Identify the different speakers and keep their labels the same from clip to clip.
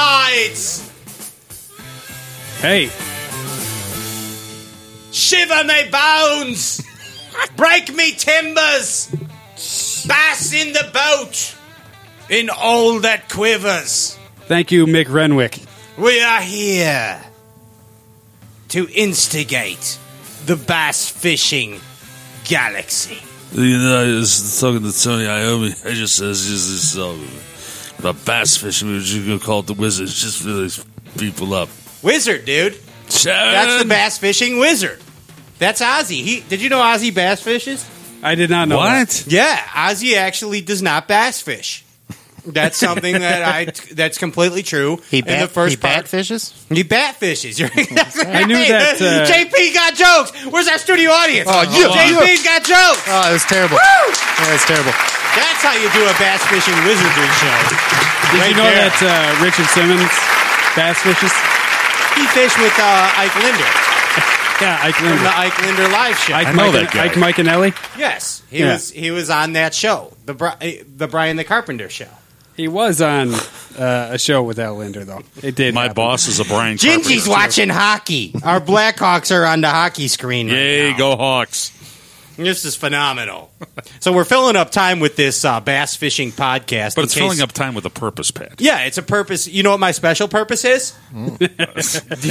Speaker 1: States.
Speaker 2: Hey,
Speaker 1: Shiver my bones. Break me timbers. Bass in the boat. In all that quivers.
Speaker 2: thank you, Mick Renwick.
Speaker 1: We are here to instigate the bass fishing galaxy.
Speaker 3: You know, I was talking to Tony Iommi. I just says this is song about bass fishing. We were just gonna call it the Wizards just for these people up.
Speaker 1: Wizard, dude. That's the bass fishing wizard. That's Ozzy. He did you know Ozzy bass fishes?
Speaker 2: I did not know
Speaker 3: What?
Speaker 2: that.
Speaker 1: Yeah, Ozzy actually does not bass fish. That's something that I that's completely true.
Speaker 4: He
Speaker 1: And
Speaker 4: bat,
Speaker 1: the first
Speaker 4: he
Speaker 1: part,
Speaker 4: bat fishes?
Speaker 1: he bat fishes. You're I
Speaker 2: knew that, uh,
Speaker 1: JP got jokes. Where's our studio audience?
Speaker 4: Oh, you-
Speaker 1: JP's got jokes.
Speaker 4: Oh, it was terrible. Yeah, it's terrible.
Speaker 1: That's how you do a bass fishing wizardry show.
Speaker 2: Did
Speaker 1: Right
Speaker 2: you know
Speaker 1: there.
Speaker 2: that uh, Richard Simmons bass fishes?
Speaker 1: He fished with uh, Ike Linder
Speaker 2: Yeah, Ike
Speaker 1: from the
Speaker 2: Linder.
Speaker 1: Ike Linder live show.
Speaker 2: Ike,
Speaker 3: I
Speaker 2: Mike,
Speaker 3: know that
Speaker 2: and-
Speaker 3: guy.
Speaker 2: Ike, Mike, and Ellie.
Speaker 1: yes, he
Speaker 2: Yeah.
Speaker 1: was he was on that show, the Bri- eh, the Brian the Carpenter show.
Speaker 2: He was on uh, a show with Al Linder, though. It did.
Speaker 3: My
Speaker 2: happen.
Speaker 3: boss is a Brian.
Speaker 1: Gingy's
Speaker 3: Carpenter.
Speaker 1: watching hockey. Our Blackhawks are on the hockey screen. Right
Speaker 3: Yay,
Speaker 1: now.
Speaker 3: go Hawks!
Speaker 1: This is phenomenal. so we're filling up time with this uh, bass fishing podcast.
Speaker 3: But
Speaker 1: in
Speaker 3: it's
Speaker 1: case-
Speaker 3: filling up time with a purpose, Pat.
Speaker 1: Yeah, it's a purpose. You know what my special purpose is? Do you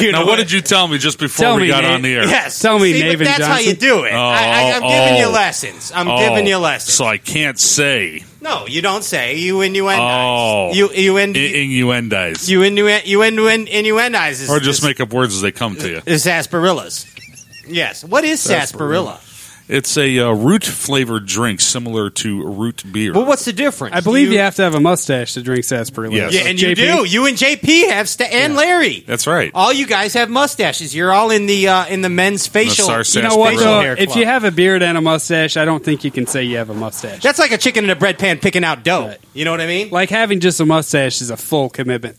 Speaker 3: Mm. Now, what did you tell me just before
Speaker 2: Tell
Speaker 3: we
Speaker 2: me,
Speaker 3: got
Speaker 2: Nate.
Speaker 3: on the air?
Speaker 1: Yes.
Speaker 2: Tell me,
Speaker 1: See, but
Speaker 2: Navin
Speaker 1: That's how you
Speaker 2: Johnson.
Speaker 1: do it. I, I, I'm giving you
Speaker 3: Oh, oh.
Speaker 1: lessons. I'm
Speaker 3: Oh,
Speaker 1: giving you lessons.
Speaker 3: So I can't say
Speaker 1: no, you don't say. You innuendize.
Speaker 3: Oh.
Speaker 1: You you
Speaker 3: i-
Speaker 1: in,
Speaker 3: innuendos,
Speaker 1: you innu- you innu- innuendizes.
Speaker 3: or just
Speaker 1: this-
Speaker 3: make up words as they come to you.
Speaker 1: this sarsaparillas. Yes. What is sarsaparilla?
Speaker 3: It's a uh, root flavored drink similar to root beer.
Speaker 1: Well, what's the difference?
Speaker 2: I
Speaker 1: Do
Speaker 2: believe you, have to have a mustache to drink sarsaparilla.
Speaker 3: Yes.
Speaker 1: Yeah, and you
Speaker 2: JP?
Speaker 1: do. You and JP have sta- and Larry.
Speaker 3: That's right.
Speaker 1: All you guys have mustaches. You're all in the uh, in the men's facial.
Speaker 3: sarsa-
Speaker 2: You know what?
Speaker 3: Sarsaparilla.
Speaker 2: Though,
Speaker 1: Hair
Speaker 2: if
Speaker 1: club.
Speaker 2: you have a beard and a mustache, I don't think you can say you have a mustache.
Speaker 1: That's like a chicken in a bread pan picking out dough.
Speaker 2: Right.
Speaker 1: You know what I mean?
Speaker 2: like having just a mustache is a full commitment.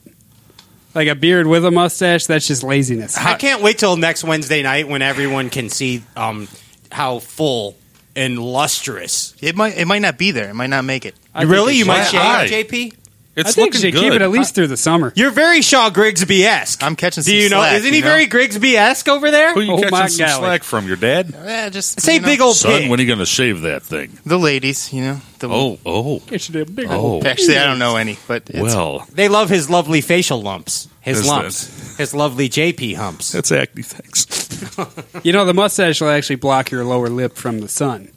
Speaker 2: Like a beard with a mustache, that's just laziness.
Speaker 1: I can't wait till next Wednesday night when everyone can see um, how full and lustrous.
Speaker 4: It might it might not be there. It might not make it.
Speaker 2: I think
Speaker 1: really,
Speaker 2: it
Speaker 1: you
Speaker 2: should-
Speaker 1: might
Speaker 3: should. My
Speaker 1: shave, JP.
Speaker 3: it's
Speaker 2: I think you
Speaker 3: looking
Speaker 2: should keep
Speaker 3: good.
Speaker 2: it at least through the summer.
Speaker 1: You're very Shaw Grigsby esque.
Speaker 4: I'm catching
Speaker 1: Do
Speaker 4: some
Speaker 1: you know?
Speaker 4: slack,
Speaker 1: isn't he
Speaker 4: you know?
Speaker 1: very Grigsby esque over there?
Speaker 3: Who you
Speaker 2: Oh, my
Speaker 3: catching some
Speaker 2: golly.
Speaker 3: slack from? Your dad?
Speaker 4: Yeah, just
Speaker 1: Say
Speaker 4: you know,
Speaker 1: big old
Speaker 3: Son,
Speaker 1: pig.
Speaker 3: when are you going to shave that thing?
Speaker 4: the ladies, you know. The
Speaker 3: Oh, oh.
Speaker 2: It should be a big
Speaker 3: Oh.
Speaker 4: actually, I don't know any, but it's,
Speaker 3: Well,
Speaker 1: they love his lovely facial lumps. His
Speaker 3: Is
Speaker 1: lumps. His lovely JP humps.
Speaker 3: that's acne. Thanks.
Speaker 2: You know, the mustache will actually block your lower lip from the sun.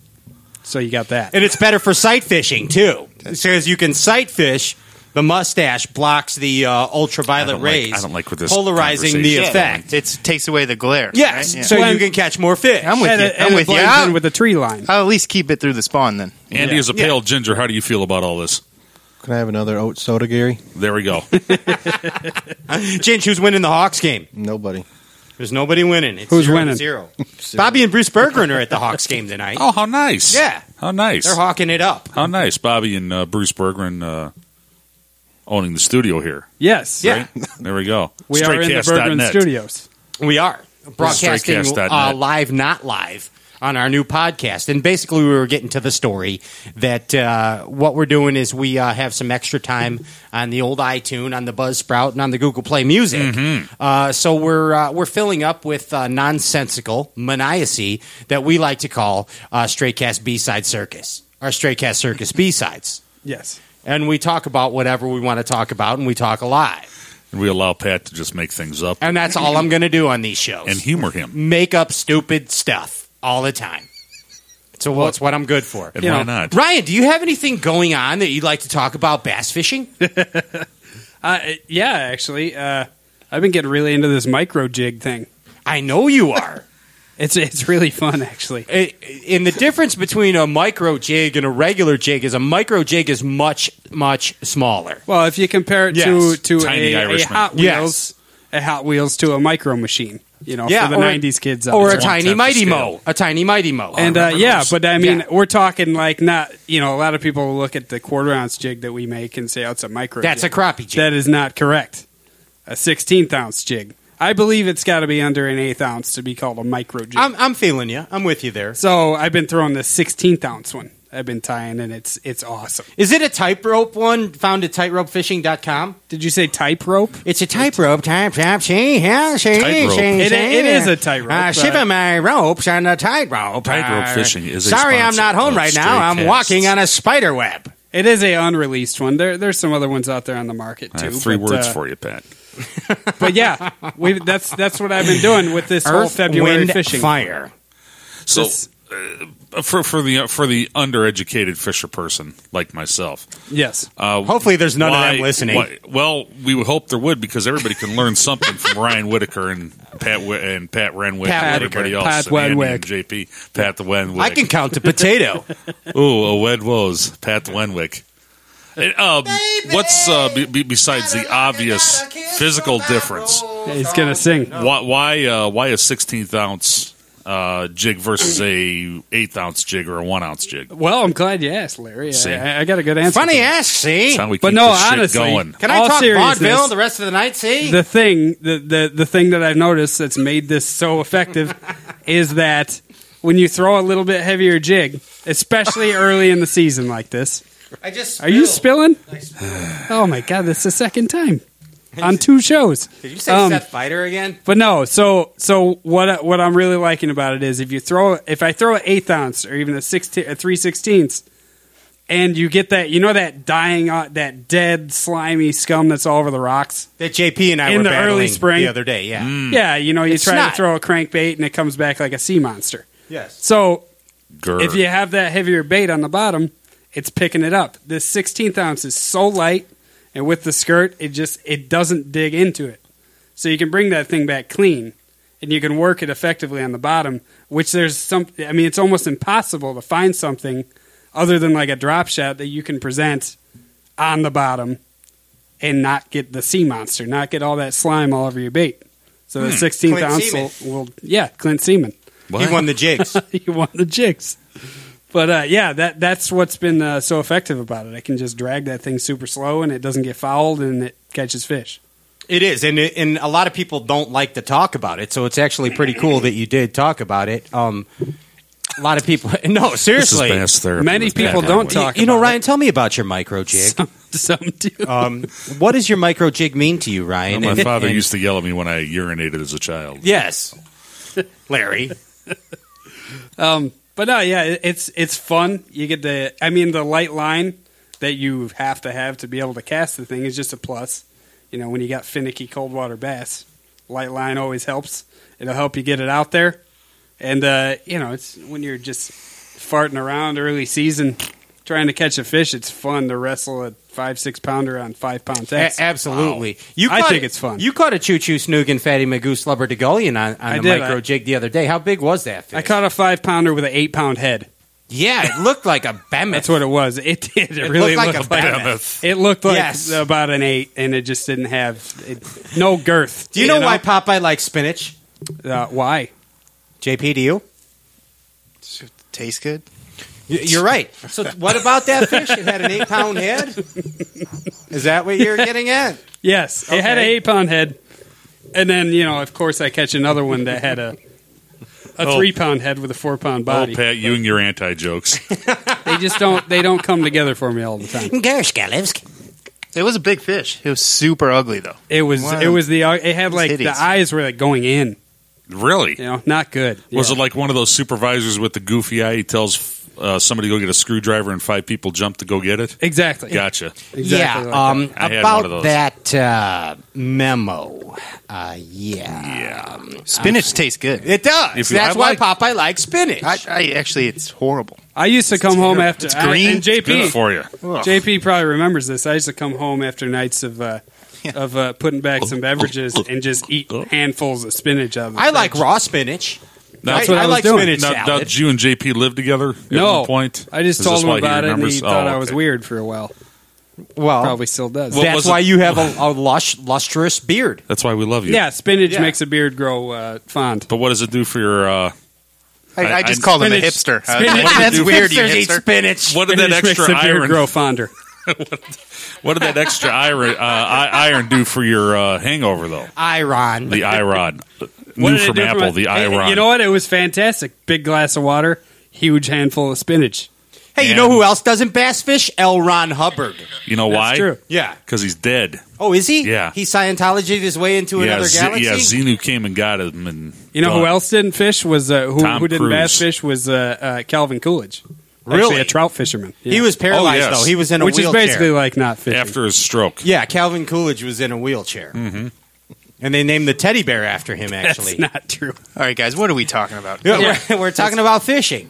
Speaker 2: So you got that.
Speaker 1: And it's better for sight fishing too. It says you can sight fish. The mustache blocks the uh,
Speaker 3: I
Speaker 1: ultraviolet
Speaker 3: don't like-
Speaker 1: rays.
Speaker 3: I don't like where this
Speaker 1: polarizing the
Speaker 3: conversation is
Speaker 1: effect.
Speaker 4: it takes away the glare.
Speaker 1: Yes,
Speaker 4: right? Yeah.
Speaker 1: so
Speaker 2: Blend-
Speaker 1: you can catch more fish.
Speaker 4: I'm with
Speaker 2: and
Speaker 4: you.
Speaker 2: it,
Speaker 4: I'm
Speaker 2: and it
Speaker 4: with you.
Speaker 2: blends
Speaker 4: Ah!
Speaker 2: in with the tree line.
Speaker 4: I'll at least keep it through the spawn then.
Speaker 3: Andy is a
Speaker 1: Yeah.
Speaker 3: pale ginger. How do you feel about all this?
Speaker 5: Can I have another oat soda, Gary?
Speaker 3: There we go.
Speaker 1: Ginge, who's winning the Hawks game?
Speaker 5: Nobody.
Speaker 1: There's nobody winning. It's
Speaker 2: Who's
Speaker 1: zero to
Speaker 2: winning?
Speaker 1: Zero. Bobby and Bruce Bergeron are at the Hawks game tonight.
Speaker 3: oh, how nice.
Speaker 1: Yeah.
Speaker 3: How nice.
Speaker 1: They're hawking it up.
Speaker 3: How nice, Bobby and uh, Bruce Bergeron uh, owning the studio here.
Speaker 2: Yes.
Speaker 1: Yeah,
Speaker 3: There we go.
Speaker 2: We are in the
Speaker 3: Straightcast.net.
Speaker 2: Bergman Studios.
Speaker 1: we are broadcasting
Speaker 3: Straightcast.net.
Speaker 1: uh, live, not live. On our new podcast, and basically we were getting to the story that uh, what we're doing is we uh, have some extra time on the old iTunes, on the Buzzsprout, and on the Google Play Music. Uh, so we're uh, we're filling up with uh, nonsensical maniacy that we like to call uh, Straightcast B Side Circus, our Straightcast Circus B Sides,
Speaker 2: Yes.
Speaker 1: and we talk about whatever we want to talk about, and we talk alive,
Speaker 3: And we allow Pat to just make things up
Speaker 1: and that's all I'm going to do on these shows
Speaker 3: and humor him.
Speaker 1: make up stupid stuff all the time. So what's what I'm good for.
Speaker 3: And
Speaker 2: You know,
Speaker 3: why not?
Speaker 1: Ryan, do you have anything going on that you'd like to talk about bass fishing?
Speaker 2: Uh, it- yeah, actually. Uh, I've been getting really into this micro jig thing.
Speaker 1: I know you are.
Speaker 2: It's, it's really fun, actually.
Speaker 1: I- And the difference between a micro jig and a regular jig is a micro jig is much much smaller.
Speaker 2: Well, if you compare it
Speaker 1: Yes.
Speaker 2: to, to
Speaker 3: Tiny
Speaker 2: a, a
Speaker 3: Irishman.
Speaker 2: Hot
Speaker 1: Yes.
Speaker 2: Wheels, a Hot Wheels to a micro machine, you know,
Speaker 1: Yeah,
Speaker 2: for the
Speaker 1: or a-
Speaker 2: 90s kids. out
Speaker 1: Or a
Speaker 2: there.
Speaker 3: one-tenth
Speaker 1: tiny
Speaker 3: the
Speaker 1: mighty
Speaker 3: scale.
Speaker 1: mo, a tiny mighty mo.
Speaker 2: And uh,
Speaker 1: Remember
Speaker 2: yeah,
Speaker 1: those?
Speaker 2: but I mean,
Speaker 1: Yeah.
Speaker 2: we're talking like not you know a lot of people look at the quarter ounce jig that we make and say oh, it's a micro.
Speaker 1: That's
Speaker 2: jig.
Speaker 1: a crappie jig.
Speaker 2: That is not correct. A sixteenth ounce jig. I believe it's got to be under an eighth ounce to be called a micro jig.
Speaker 1: I'm I'm feeling you. I'm with you there.
Speaker 2: so I've been throwing the sixteenth ounce one. I've been tying, and it's it's awesome.
Speaker 1: Is it a tightrope one found at tightropefishing.com?
Speaker 2: Did you say type rope?
Speaker 1: It's a tightrope, tightrope, she, yeah, she,
Speaker 3: Tightrope.
Speaker 1: she,
Speaker 2: It-
Speaker 1: she.
Speaker 2: it is a tightrope,
Speaker 1: Uh,
Speaker 2: but-
Speaker 1: shipping my ropes on a tightrope.
Speaker 3: Tightrope
Speaker 1: Uh,
Speaker 3: fishing is a
Speaker 1: Sorry, I'm
Speaker 3: sponsor
Speaker 1: not home
Speaker 3: of
Speaker 1: right
Speaker 3: Stray
Speaker 1: now. I'm
Speaker 3: Cast.
Speaker 1: walking on a spider web.
Speaker 2: It is a unreleased one. There, there's some other ones out there on the market too.
Speaker 3: I have three
Speaker 2: but,
Speaker 3: words
Speaker 2: uh,
Speaker 3: for you, Pat.
Speaker 2: But yeah, we, that's that's what I've been doing with this whole
Speaker 1: Earth,
Speaker 2: February
Speaker 1: wind,
Speaker 2: fishing.
Speaker 1: fire.
Speaker 3: So,
Speaker 2: This-
Speaker 3: uh, for for the for the undereducated fisher person like myself,
Speaker 2: Yes,
Speaker 3: uh,
Speaker 1: Hopefully, there's none of
Speaker 3: Oh, why-
Speaker 1: them listening.
Speaker 3: why- well, we would hope there would because everybody can learn something from Ryan Whitaker and Pat Wh- and Pat Renwick
Speaker 1: Pat
Speaker 3: and
Speaker 1: Whitaker.
Speaker 3: everybody else.
Speaker 2: Pat
Speaker 3: and Andy and
Speaker 2: Wenwick.
Speaker 3: JP, Pat the Wenwick.
Speaker 1: I can count to potato.
Speaker 3: Ooh, a wed woes, Pat Wenwick. And, um, what's uh, be, be- besides the obvious physical difference?
Speaker 2: he's gonna sing.
Speaker 3: Why why, uh, why a sixteenth ounce uh, jig versus a eighth ounce jig or a one ounce jig?
Speaker 2: Well, I'm glad you asked, Larry.
Speaker 3: See.
Speaker 2: I, I got a good answer.
Speaker 1: Funny
Speaker 2: for that.
Speaker 1: ass, see?
Speaker 3: That's how we
Speaker 2: But
Speaker 3: keep
Speaker 2: no,
Speaker 3: this shit
Speaker 2: honestly,
Speaker 3: going.
Speaker 1: Can I
Speaker 2: All
Speaker 1: talk
Speaker 2: seriousness.
Speaker 1: vaudeville the rest of the night, see?
Speaker 2: the thing the, the the thing that I've noticed that's made this so effective is that when you throw a little bit heavier jig, especially early in the season like this,
Speaker 1: I just
Speaker 2: are you
Speaker 1: spilled.
Speaker 2: spilling? Oh my god, that's the second time on two shows.
Speaker 1: Did you say
Speaker 2: Um,
Speaker 1: Seth Fighter again?
Speaker 2: But no, so so what? I- What I'm really liking about it is if you throw if I throw an eighth ounce or even a sixteen a three sixteenths, and you get that you know that dying uh, that dead slimy scum that's all over the rocks.
Speaker 1: That JP and I
Speaker 2: In
Speaker 1: were
Speaker 2: the early
Speaker 1: battling
Speaker 2: spring.
Speaker 1: the other day. Yeah.
Speaker 3: Mm.
Speaker 2: Yeah, you know you
Speaker 1: Mm. It's
Speaker 2: try
Speaker 1: not.
Speaker 2: to throw a crankbait and it comes back like a sea monster.
Speaker 1: Yes.
Speaker 2: So
Speaker 3: Grr.
Speaker 2: if you have that heavier bait on the bottom, it's picking it up. This 16th ounce is so light, and with the skirt, it just it doesn't dig into it. So you can bring that thing back clean, and you can work it effectively on the bottom. Which there's some. I mean, it's almost impossible to find something other than like a drop shot that you can present on the bottom and not get the sea monster, not get all that slime all over your bait. So the 16th
Speaker 1: Hmm. Clint
Speaker 2: ounce
Speaker 1: Seaman.
Speaker 2: will, will, yeah, Clint Seaman
Speaker 3: What?
Speaker 1: He won the jigs.
Speaker 2: you want the jigs. But uh, yeah, that that's what's been uh, so effective about it. I can just drag that thing super slow, and it doesn't get fouled, and it catches fish.
Speaker 1: it is, and it, and a lot of people don't like to talk about it, so it's actually pretty cool that you did talk about it. Um, a lot of people. No,
Speaker 3: this is
Speaker 1: seriously.
Speaker 3: bass therapy.
Speaker 2: Many
Speaker 3: with Pat
Speaker 2: people don't
Speaker 3: Wenwick.
Speaker 1: You-
Speaker 2: talk
Speaker 1: you know,
Speaker 2: about
Speaker 1: Ryan, tell me about your micro jig.
Speaker 2: Some, some do.
Speaker 1: Um, what does your micro jig mean to you, Ryan?
Speaker 3: My
Speaker 1: And-
Speaker 3: father
Speaker 1: and-
Speaker 3: used to yell at me when I urinated as a child.
Speaker 1: Yes, Larry.
Speaker 2: Um, but no, yeah, it- it's it's fun. You get the, I mean, the light line that you have to have to be able to cast the thing is just a plus. You know, when you got finicky cold water bass, light line always helps. It'll help you get it out there, and uh, you know, it's when you're just farting around early season trying to catch a fish. It's fun to wrestle a five six pounder on five pound
Speaker 1: A-
Speaker 2: test.
Speaker 1: absolutely. You
Speaker 2: I
Speaker 1: caught
Speaker 2: think
Speaker 1: a-
Speaker 2: it's fun.
Speaker 1: You caught a choo choo snoog and fatty magoo slubber de gullion on, on
Speaker 2: I
Speaker 1: the
Speaker 2: did,
Speaker 1: micro
Speaker 2: I-
Speaker 1: jig the other day. How big was that fish?
Speaker 2: I caught a five pounder with an eight pound head.
Speaker 1: Yeah, it looked like a behemoth.
Speaker 2: That's what it was. It did. It,
Speaker 1: It
Speaker 2: really
Speaker 1: looked like
Speaker 2: looked
Speaker 1: a
Speaker 2: like,
Speaker 1: mammoth.
Speaker 2: it looked like
Speaker 1: Yes.
Speaker 2: about an eight, and it just didn't have it, no girth.
Speaker 1: Do you, know, why Popeye likes spinach?
Speaker 2: Uh, why?
Speaker 1: JP, do you?
Speaker 4: Tastes good.
Speaker 1: Y- You're right. So what about that fish? It had an eight pound head. Is that what you're getting at?
Speaker 2: Yes, it had an
Speaker 1: Okay.
Speaker 2: eight pound head, and then you know, of course, I catch another one that had a a
Speaker 3: Oh.
Speaker 2: three pound head with a four pound
Speaker 3: Oh,
Speaker 2: body.
Speaker 3: Pat, you and your anti jokes.
Speaker 2: they just don't they don't come together for me all the time.
Speaker 4: It was a big fish. It was super ugly though.
Speaker 2: It was
Speaker 4: Wow.
Speaker 2: it was the uh, it had like
Speaker 4: hideous.
Speaker 2: the eyes were like going in.
Speaker 3: really?
Speaker 2: You know, not good.
Speaker 3: Was
Speaker 2: Yeah.
Speaker 3: it like one of those supervisors with the goofy eye? He tells uh, somebody to go get a screwdriver, and five people jump to go get it.
Speaker 2: exactly?
Speaker 3: Gotcha.
Speaker 2: Exactly
Speaker 1: yeah.
Speaker 2: like
Speaker 1: um,
Speaker 3: I had one of
Speaker 1: about
Speaker 3: those.
Speaker 1: that uh, memo. Uh, yeah.
Speaker 3: Yeah.
Speaker 4: Spinach tastes good.
Speaker 1: It does.
Speaker 3: If you-
Speaker 1: That's
Speaker 3: I
Speaker 1: why
Speaker 3: like-
Speaker 1: Popeye likes spinach.
Speaker 4: I, I actually, it's horrible.
Speaker 2: I used to come home after
Speaker 4: It's green.
Speaker 2: I, and JP
Speaker 3: Good for you.
Speaker 2: JP probably remembers this. I used to come home after nights of uh,
Speaker 4: Yeah.
Speaker 2: of uh, putting back some beverages and just eat handfuls of spinach out of the
Speaker 1: I like
Speaker 2: fridge.
Speaker 1: raw spinach.
Speaker 3: Now-
Speaker 2: That's what I was
Speaker 1: like
Speaker 2: doing.
Speaker 1: spinach
Speaker 3: Now, now,
Speaker 1: salad.
Speaker 3: did you and JP live together at
Speaker 2: No
Speaker 3: one point?
Speaker 2: I just
Speaker 3: Is
Speaker 2: told
Speaker 3: this
Speaker 2: him
Speaker 3: why he
Speaker 2: about it, and he
Speaker 3: remembers?
Speaker 2: thought
Speaker 3: Oh,
Speaker 2: I was
Speaker 3: okay.
Speaker 2: weird for a while.
Speaker 1: Oh. well,
Speaker 2: Probably still does.
Speaker 3: Well- What
Speaker 1: that's
Speaker 3: was it?
Speaker 1: why you have a, a lush, lustrous beard.
Speaker 3: That's why we love you.
Speaker 2: yeah, spinach
Speaker 1: Yeah.
Speaker 2: makes a beard grow uh, fond.
Speaker 3: But what does it do for your? Uh,
Speaker 4: I,
Speaker 3: I-
Speaker 4: I
Speaker 3: I-
Speaker 4: just called him a
Speaker 2: Spinach-
Speaker 4: hipster.
Speaker 2: spinach-
Speaker 4: Uh,
Speaker 3: What
Speaker 4: that's
Speaker 3: do
Speaker 4: weird, you
Speaker 1: Hipsters eat
Speaker 4: hipster.
Speaker 1: spinach.
Speaker 3: what did
Speaker 2: Spinach
Speaker 3: that extra
Speaker 2: makes the beard
Speaker 3: iron?
Speaker 2: grow fonder.
Speaker 3: What did that extra iron uh, i- iron do for your uh, hangover though?
Speaker 1: Iron.
Speaker 3: The iron,
Speaker 2: What
Speaker 3: new
Speaker 2: did it
Speaker 3: from
Speaker 2: do for
Speaker 3: Apple.
Speaker 2: my-
Speaker 3: the
Speaker 2: Hey,
Speaker 3: iron.
Speaker 2: You know what? It was fantastic. Big glass of water, huge handful of spinach.
Speaker 1: Hey, you
Speaker 3: And-
Speaker 1: know who else doesn't bass fish? L. Ron Hubbard.
Speaker 3: You know why?
Speaker 2: That's true.
Speaker 1: Yeah.
Speaker 3: Because he's dead.
Speaker 1: Oh, is he?
Speaker 3: Yeah.
Speaker 1: He Scientologied his way into
Speaker 3: yeah,
Speaker 1: another
Speaker 3: Z-
Speaker 1: galaxy.
Speaker 3: yeah. Xenu came and got him, and
Speaker 2: You know who
Speaker 3: gone.
Speaker 2: else didn't fish was uh, who,
Speaker 3: Tom
Speaker 2: who didn't
Speaker 3: Cruise.
Speaker 2: bass fish was uh, uh, Calvin Coolidge.
Speaker 1: Really?
Speaker 2: Actually, a trout fisherman.
Speaker 1: He was paralyzed
Speaker 3: Oh, yes.
Speaker 1: though. He was in a
Speaker 2: which
Speaker 1: wheelchair.
Speaker 2: is basically like not fishing.
Speaker 3: After his stroke,
Speaker 1: yeah, Calvin Coolidge was in a wheelchair. Mm-hmm. And they named the teddy bear after him. Actually,
Speaker 2: That's not true.
Speaker 4: All right, guys, what are we talking about?
Speaker 1: Yeah, We're, we're talking about fishing.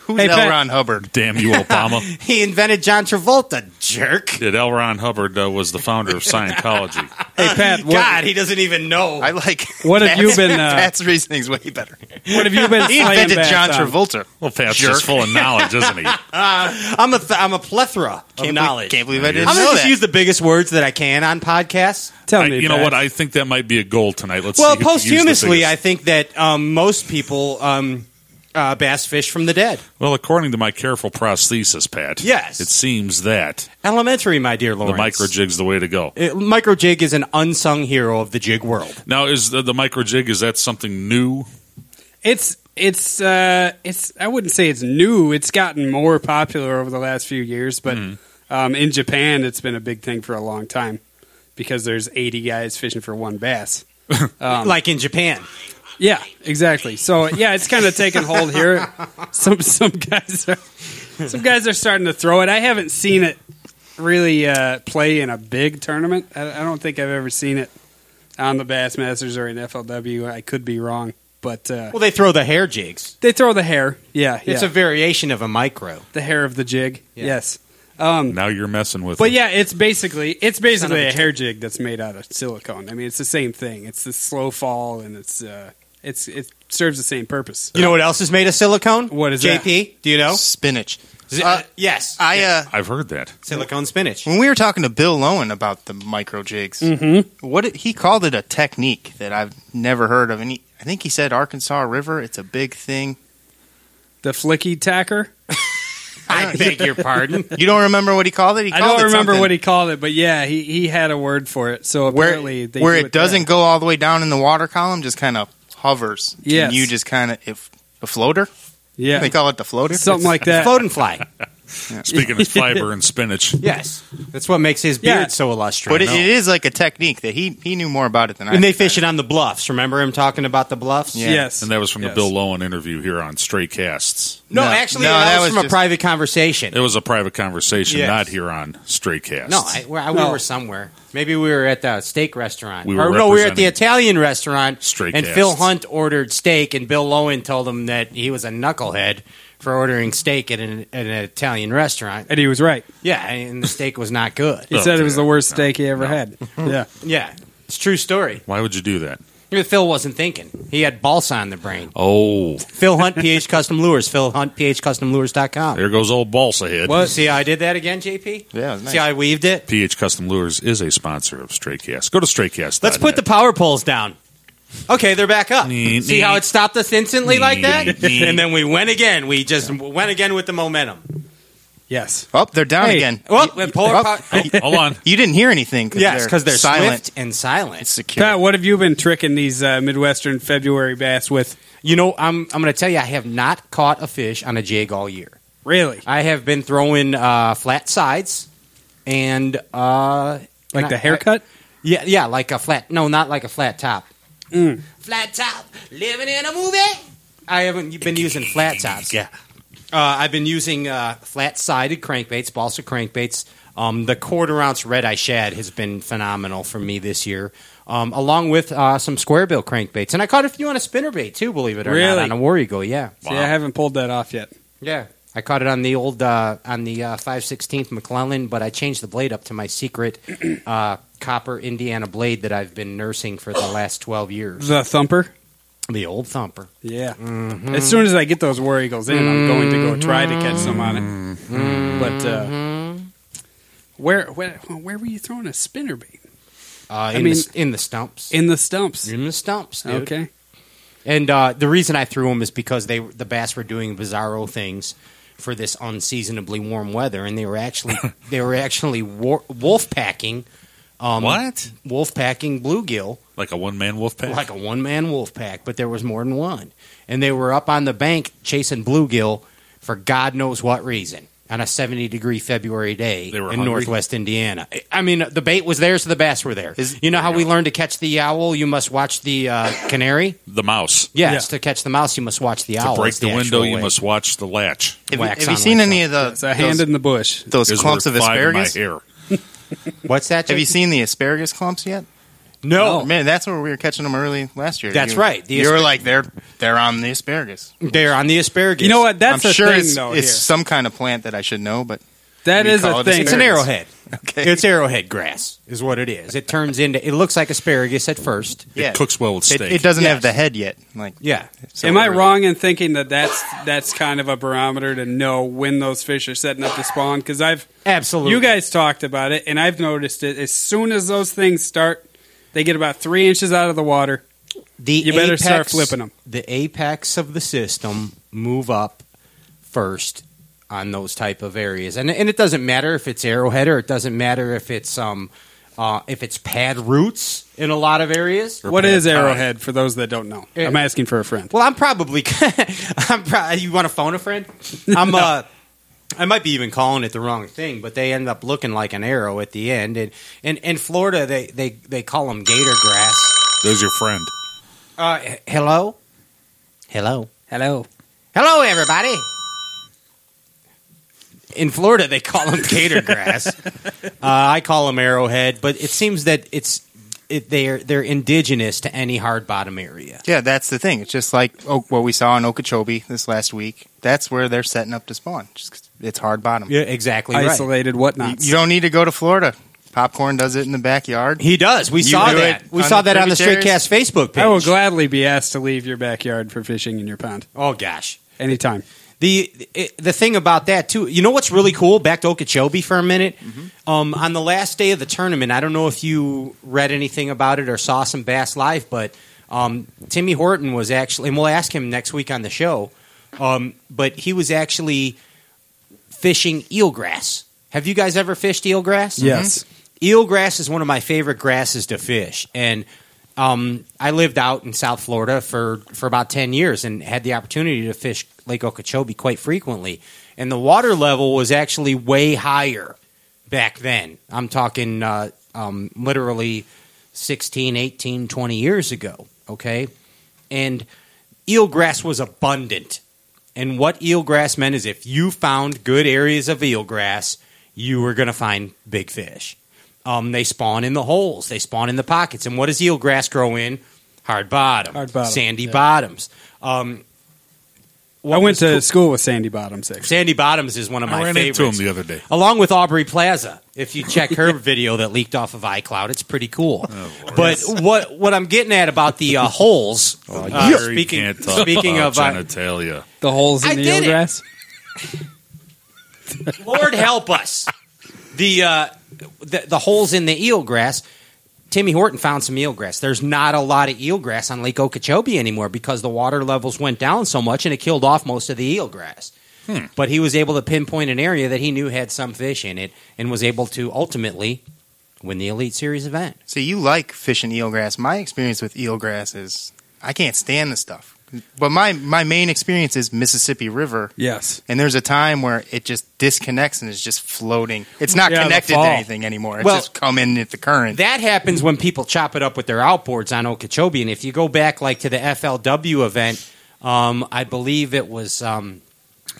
Speaker 4: Who's
Speaker 2: Hey,
Speaker 4: L.
Speaker 2: Pat.
Speaker 4: Ron Hubbard?
Speaker 3: damn you, Obama.
Speaker 1: He invented John Travolta, jerk.
Speaker 3: That L. Ron Hubbard uh, was the founder of Scientology.
Speaker 2: Hey Pat, what,
Speaker 1: God, he doesn't even know.
Speaker 4: I like.
Speaker 2: What have you
Speaker 4: Pat's-
Speaker 2: been, uh,
Speaker 4: Pat's reasoning's way better.
Speaker 2: what have you been?
Speaker 4: He
Speaker 2: slaying
Speaker 4: invented
Speaker 2: bass
Speaker 4: John
Speaker 2: on?
Speaker 4: Travolta.
Speaker 3: Well, Pat's
Speaker 4: Jerk.
Speaker 3: just full of knowledge, isn't he?
Speaker 1: I'm a th- I'm a plethora of knowledge.
Speaker 4: Can't believe I didn't
Speaker 1: I'm gonna
Speaker 4: know
Speaker 1: just
Speaker 4: that.
Speaker 1: use the biggest words that I can on podcasts.
Speaker 2: Tell
Speaker 3: I-
Speaker 2: me,
Speaker 3: you know
Speaker 2: Pat.
Speaker 3: what? I think that might be a goal tonight. Let's
Speaker 1: Well,
Speaker 3: see who can use the
Speaker 1: posthumously,
Speaker 3: biggest-
Speaker 1: I think that um, most people um, uh, bass fish from the dead.
Speaker 3: well, according to my careful prosthesis, Pat.
Speaker 1: Yes.
Speaker 3: it seems that
Speaker 1: Elementary, my dear
Speaker 3: the
Speaker 1: Lawrence.
Speaker 3: micro jig's the way to go.
Speaker 1: It- micro Uh, jig is an unsung hero of the jig world.
Speaker 3: Now, is the, the micro jig is that something new?
Speaker 2: It's it's uh, it's I wouldn't say it's new. It's gotten more popular over the last few years, but
Speaker 3: Hmm.
Speaker 2: um, in Japan, it's been a big thing for a long time because there's 80 guys fishing for one bass.
Speaker 1: like in Japan.
Speaker 2: Yeah, exactly. So yeah, it's kind of taken hold here. Some some guys are some guys are starting to throw it. I haven't seen it really uh, play in a big tournament. I, I don't think I've ever seen it on the Bassmasters or in FLW. I could be wrong, but uh,
Speaker 1: Well, they throw the hair jigs.
Speaker 2: they throw the hair. Yeah,
Speaker 1: It's
Speaker 2: yeah.
Speaker 1: a variation of a micro.
Speaker 2: the hair of the jig.
Speaker 1: Yeah.
Speaker 2: Yes, Um,
Speaker 3: Now you're messing with.
Speaker 2: but
Speaker 3: me.
Speaker 2: yeah, it's basically it's
Speaker 1: Son
Speaker 2: basically
Speaker 1: of
Speaker 2: a,
Speaker 1: a
Speaker 2: hair jig that's made out of silicone. I mean, it's the same thing. It's the slow fall, and it's uh, it's it serves the same purpose.
Speaker 1: You know what else is made of silicone?
Speaker 2: What is that?
Speaker 1: JP? Do you know?
Speaker 4: Spinach.
Speaker 1: Z-
Speaker 4: Uh,
Speaker 1: yes,
Speaker 4: Oh. I uh,
Speaker 3: I've heard that.
Speaker 1: silicone spinach.
Speaker 4: when we were talking to Bill Lowen about the micro jigs,
Speaker 2: Mm.
Speaker 4: what it, he called it a technique that I've never heard of, and he, I think he said Arkansas River. It's a big thing.
Speaker 2: The flicky tacker.
Speaker 1: I beg your pardon.
Speaker 4: You don't remember what he called it? He
Speaker 2: I
Speaker 4: called
Speaker 2: don't
Speaker 4: it
Speaker 2: remember
Speaker 4: something
Speaker 2: what he called it, but yeah, he, he had a word for it. So
Speaker 4: where
Speaker 2: apparently, they
Speaker 4: where
Speaker 2: do
Speaker 4: it doesn't
Speaker 2: there.
Speaker 4: go all the way down in the water column, just kind of hovers.
Speaker 2: Yes.
Speaker 4: and you just kind of if the floater.
Speaker 2: yeah,
Speaker 4: They call it the floater.
Speaker 2: something
Speaker 4: It's-
Speaker 2: like that.
Speaker 1: Float and fly.
Speaker 3: Speaking of fiber and spinach,
Speaker 1: Yes, that's what makes his
Speaker 2: Yeah.
Speaker 1: beard so illustrious.
Speaker 4: But it, it is like a technique that he he knew more about it than I.
Speaker 1: and they fish it on the bluffs. Remember him talking about the bluffs?
Speaker 4: Yeah.
Speaker 2: Yes,
Speaker 3: and that was from
Speaker 2: Yes.
Speaker 3: the Bill Lowen interview here on Stray Casts.
Speaker 1: No,
Speaker 4: No,
Speaker 1: actually,
Speaker 4: no,
Speaker 1: that,
Speaker 4: that
Speaker 1: was
Speaker 4: was
Speaker 1: from a
Speaker 4: just-
Speaker 1: private conversation.
Speaker 3: It was a private conversation,
Speaker 1: Yes.
Speaker 3: not here on Stray Casts.
Speaker 1: No, I, we- I- we
Speaker 2: No.
Speaker 1: were somewhere. Maybe we were at the steak restaurant.
Speaker 3: We were
Speaker 1: or, no, we were at the
Speaker 3: representing-
Speaker 1: Italian restaurant.
Speaker 3: Straight
Speaker 1: and
Speaker 3: casts.
Speaker 1: Phil Hunt ordered steak, and Bill Lowen told him that he was a knucklehead for ordering steak at an, at an Italian restaurant.
Speaker 2: and he was right.
Speaker 1: Yeah, and the steak was not good.
Speaker 2: He
Speaker 3: Oh,
Speaker 2: said it was the worst
Speaker 3: no,
Speaker 2: steak he ever
Speaker 3: no.
Speaker 2: had. yeah,
Speaker 1: Yeah, it's a true story.
Speaker 3: Why would you do that?
Speaker 1: Phil wasn't thinking. He had balsa on the brain.
Speaker 3: Oh,
Speaker 1: Phil Hunt, PH Custom Lures. Phil Hunt, PHCustomLures.com.
Speaker 3: there goes old balsa head.
Speaker 1: What? See how I did that again, JP?
Speaker 4: Yeah, it was nice.
Speaker 1: See how I weaved it?
Speaker 3: PH Custom Lures is a sponsor of Stray Cast. Go to Stray Cast.
Speaker 1: Let's put the power poles down. Okay, they're back up.
Speaker 3: Nee,
Speaker 1: See
Speaker 3: nee.
Speaker 1: how it stopped us instantly like that?
Speaker 3: Nee, nee.
Speaker 1: And then we went again. We just went again with the momentum.
Speaker 2: yes.
Speaker 4: Oh, they're down
Speaker 2: Hey.
Speaker 4: again.
Speaker 1: Well, the polar
Speaker 4: oh,
Speaker 1: power.
Speaker 3: Hold on.
Speaker 4: You didn't hear anything. Cause
Speaker 1: Yes, because they're,
Speaker 4: silent.
Speaker 1: swift and silent.
Speaker 4: Secure.
Speaker 2: Pat, what have you been tricking these uh, Midwestern February bass with?
Speaker 1: you know, I'm, I'm going to tell you, I have not caught a fish on a jig all year.
Speaker 2: Really,
Speaker 1: I have been throwing uh, flat sides and. Uh,
Speaker 2: like
Speaker 1: and
Speaker 2: the
Speaker 1: I-
Speaker 2: haircut?
Speaker 1: Yeah, yeah, like a flat. No, not like a flat top. Flat top, living in a movie. I haven't been using flat tops. Yeah, uh, I've been using uh, flat sided crankbaits, balsa crankbaits. Um, the quarter ounce red eye shad has been phenomenal for me this year, um, along with uh, some square bill crankbaits, and I caught a few on a spinnerbait too. Believe it or
Speaker 2: Really?
Speaker 1: not, on a war eagle. Yeah,
Speaker 2: See, I haven't pulled that off yet.
Speaker 1: yeah. I caught it on the old uh, on the five sixteenth McClellan, but I changed the blade up to my secret uh, copper Indiana blade that I've been nursing for the last twelve years.
Speaker 2: The thumper.
Speaker 1: The old thumper.
Speaker 2: Yeah.
Speaker 4: Mm-hmm.
Speaker 2: As soon as I get those war eagles in, I'm going to go try to catch some on it.
Speaker 4: Mm-hmm.
Speaker 2: But uh, where where where were you throwing a spinner bait?
Speaker 1: Uh, in,
Speaker 2: mean-
Speaker 1: the, in the stumps.
Speaker 2: In the stumps.
Speaker 1: In the stumps, dude.
Speaker 2: Okay.
Speaker 1: And uh, the reason I threw them is because they the bass were doing bizarro things for this unseasonably warm weather, and they were actually they were actually war- wolf packing, um,
Speaker 3: What?
Speaker 1: wolf packing bluegill.
Speaker 3: Like a one man wolf pack?
Speaker 1: like a one man wolf pack, but there was more than one. And they were up on the bank chasing bluegill, for God knows what reason on a 70 degree February day
Speaker 3: They were
Speaker 1: in
Speaker 3: hungry?
Speaker 1: northwest Indiana. I- I mean, the bait was there, so the bass were there.
Speaker 4: Is-
Speaker 1: you know how we learned to catch the owl? You must watch the uh, canary?
Speaker 3: The mouse.
Speaker 1: Yes,
Speaker 2: Yeah.
Speaker 1: to catch the mouse, you must watch the owl.
Speaker 3: to break
Speaker 1: It's
Speaker 3: the,
Speaker 1: actual
Speaker 3: window, you
Speaker 1: way.
Speaker 3: must watch the latch.
Speaker 4: Have, you-
Speaker 1: Wax
Speaker 4: have you
Speaker 1: on,
Speaker 4: seen
Speaker 1: wax
Speaker 4: any of the
Speaker 2: It's a hand
Speaker 4: those,
Speaker 2: in the bush.
Speaker 4: those
Speaker 3: There's
Speaker 4: clumps
Speaker 3: worth
Speaker 4: of
Speaker 3: five in
Speaker 4: asparagus?
Speaker 3: My hair.
Speaker 1: What's that?
Speaker 4: Have you
Speaker 1: Jake?
Speaker 4: seen the asparagus clumps yet? Oh,
Speaker 1: No.
Speaker 4: man, that's where we were catching them early last year.
Speaker 1: That's
Speaker 4: You-
Speaker 1: right. The
Speaker 4: you
Speaker 1: aspar-
Speaker 4: were like they're they're on the asparagus.
Speaker 1: They're on the asparagus.
Speaker 2: You know what? That's
Speaker 4: I'm
Speaker 2: a
Speaker 4: sure
Speaker 2: thing,
Speaker 4: it's,
Speaker 2: though.
Speaker 4: it's
Speaker 2: here.
Speaker 4: some kind of plant that I should know, but
Speaker 2: that
Speaker 4: we
Speaker 2: is
Speaker 4: call
Speaker 2: a
Speaker 4: it a
Speaker 2: thing.
Speaker 1: It's an
Speaker 4: asparagus.
Speaker 1: arrowhead.
Speaker 4: Okay.
Speaker 1: It's arrowhead grass, is what it is. It turns into, it looks like asparagus at first.
Speaker 4: yeah,
Speaker 3: It cooks well with
Speaker 4: It,
Speaker 3: steak.
Speaker 4: it doesn't
Speaker 1: Yes.
Speaker 4: have the head yet. Like,
Speaker 1: Yeah.
Speaker 4: so
Speaker 2: Am I
Speaker 4: early.
Speaker 2: wrong in thinking that that's that's kind of a barometer to know when those fish are setting up to spawn? Because I've
Speaker 1: Absolutely.
Speaker 2: you guys talked about it, and I've noticed it. As soon as those things start, they get about three inches out of the water.
Speaker 1: the
Speaker 2: You better start flipping 'em.
Speaker 1: The apex of the system move up first on those type of areas, and and it doesn't matter if it's arrowhead or it doesn't matter if it's um uh, if it's pad roots in a lot of areas.
Speaker 2: What is arrowhead for those that don't know?
Speaker 1: Yeah.
Speaker 2: I'm asking for a friend.
Speaker 1: Well, I'm probably. I'm pro- you want to phone a friend? I'm. Uh, I might be even calling it the wrong thing, but they end up looking like an arrow at the end. And in, in Florida, they, they, they call them gator grass.
Speaker 3: There's your friend.
Speaker 1: Uh, h- hello, hello.
Speaker 2: Hello.
Speaker 1: Hello, everybody. In Florida, they call them gator grass. uh, I call them arrowhead, but it seems that it's it, they're they're indigenous to any hard bottom area.
Speaker 4: Yeah, that's the thing. It's just like oh, what we saw in Okeechobee this last week. That's where they're setting up to spawn. Just 'cause it's hard bottom.
Speaker 1: Yeah, exactly right.
Speaker 2: Isolated whatnot.
Speaker 4: You don't need to go to Florida. Popcorn does it in the backyard.
Speaker 1: He does. We
Speaker 4: You
Speaker 1: saw
Speaker 4: do
Speaker 1: that.
Speaker 4: it
Speaker 1: We
Speaker 4: on
Speaker 1: saw
Speaker 4: the
Speaker 1: that on the Straight
Speaker 4: tributaries? Oh,
Speaker 1: Cast Facebook page.
Speaker 2: I will gladly be asked to leave your backyard for fishing in your pond
Speaker 1: oh gosh.
Speaker 2: anytime.
Speaker 1: The it- the thing about that too, you know what's really cool? Back to Okeechobee for a minute. Um, on the last day of the tournament, I don't know if you read anything about it or saw some bass live, but um, Timmy Horton was actually, and we'll ask him next week on the show. Um, but he was actually fishing eelgrass. Have you guys ever fished eelgrass? Mm-hmm.
Speaker 2: Yes.
Speaker 1: eelgrass is one of my favorite grasses to fish and um, I lived out in South Florida for, for about 10 years and had the opportunity to fish Lake Okeechobee quite frequently. And the water level was actually way higher back then. I'm talking uh, um, literally 16, 18, 20 years ago. Okay. And eelgrass was abundant. And what eelgrass meant is if you found good areas of eelgrass, you were going to find big fish. Um, they spawn in the holes, they spawn in the pockets. And what does eelgrass grow in? Hard bottom,
Speaker 2: Hard bottom,
Speaker 1: sandy bottoms. Um,
Speaker 2: I went to school with Sandy Bottoms. Actually.
Speaker 1: sandy bottoms is one of
Speaker 3: I
Speaker 1: my
Speaker 3: ran
Speaker 1: favorites.
Speaker 3: into him the other day.
Speaker 1: Along with Aubrey Plaza, if you check her video that leaked off of iCloud, it's pretty cool. but what what I'm getting at about the uh, holes? uh,
Speaker 3: Gary
Speaker 1: speaking
Speaker 3: can't talk
Speaker 1: speaking
Speaker 3: about
Speaker 1: of uh,
Speaker 3: genitalia.
Speaker 2: The holes in
Speaker 1: I
Speaker 2: the
Speaker 1: did it.
Speaker 2: eelgrass.
Speaker 1: Lord help us. The, uh, the the holes in the eelgrass. Timmy Horton found some eelgrass. There's not a lot of eelgrass on Lake Okeechobee anymore because the water levels went down so much and it killed off most of the eelgrass. But he was able to pinpoint an area that he knew had some fish in it and was able to ultimately win the Elite Series event.
Speaker 4: So you like fishing eelgrass. My experience with eelgrass is I can't stand the stuff. But my, my main experience is Mississippi River,
Speaker 2: Yes.
Speaker 4: and there's a time where it just disconnects and is just floating. It's not
Speaker 2: Yeah, the
Speaker 4: connected to
Speaker 2: fall.
Speaker 4: anything anymore. It's
Speaker 1: Well-
Speaker 4: just come in at the current.
Speaker 1: That happens when people chop it up with their outboards on Okeechobee. And if you go back like to the FLW event, um, I believe it was um,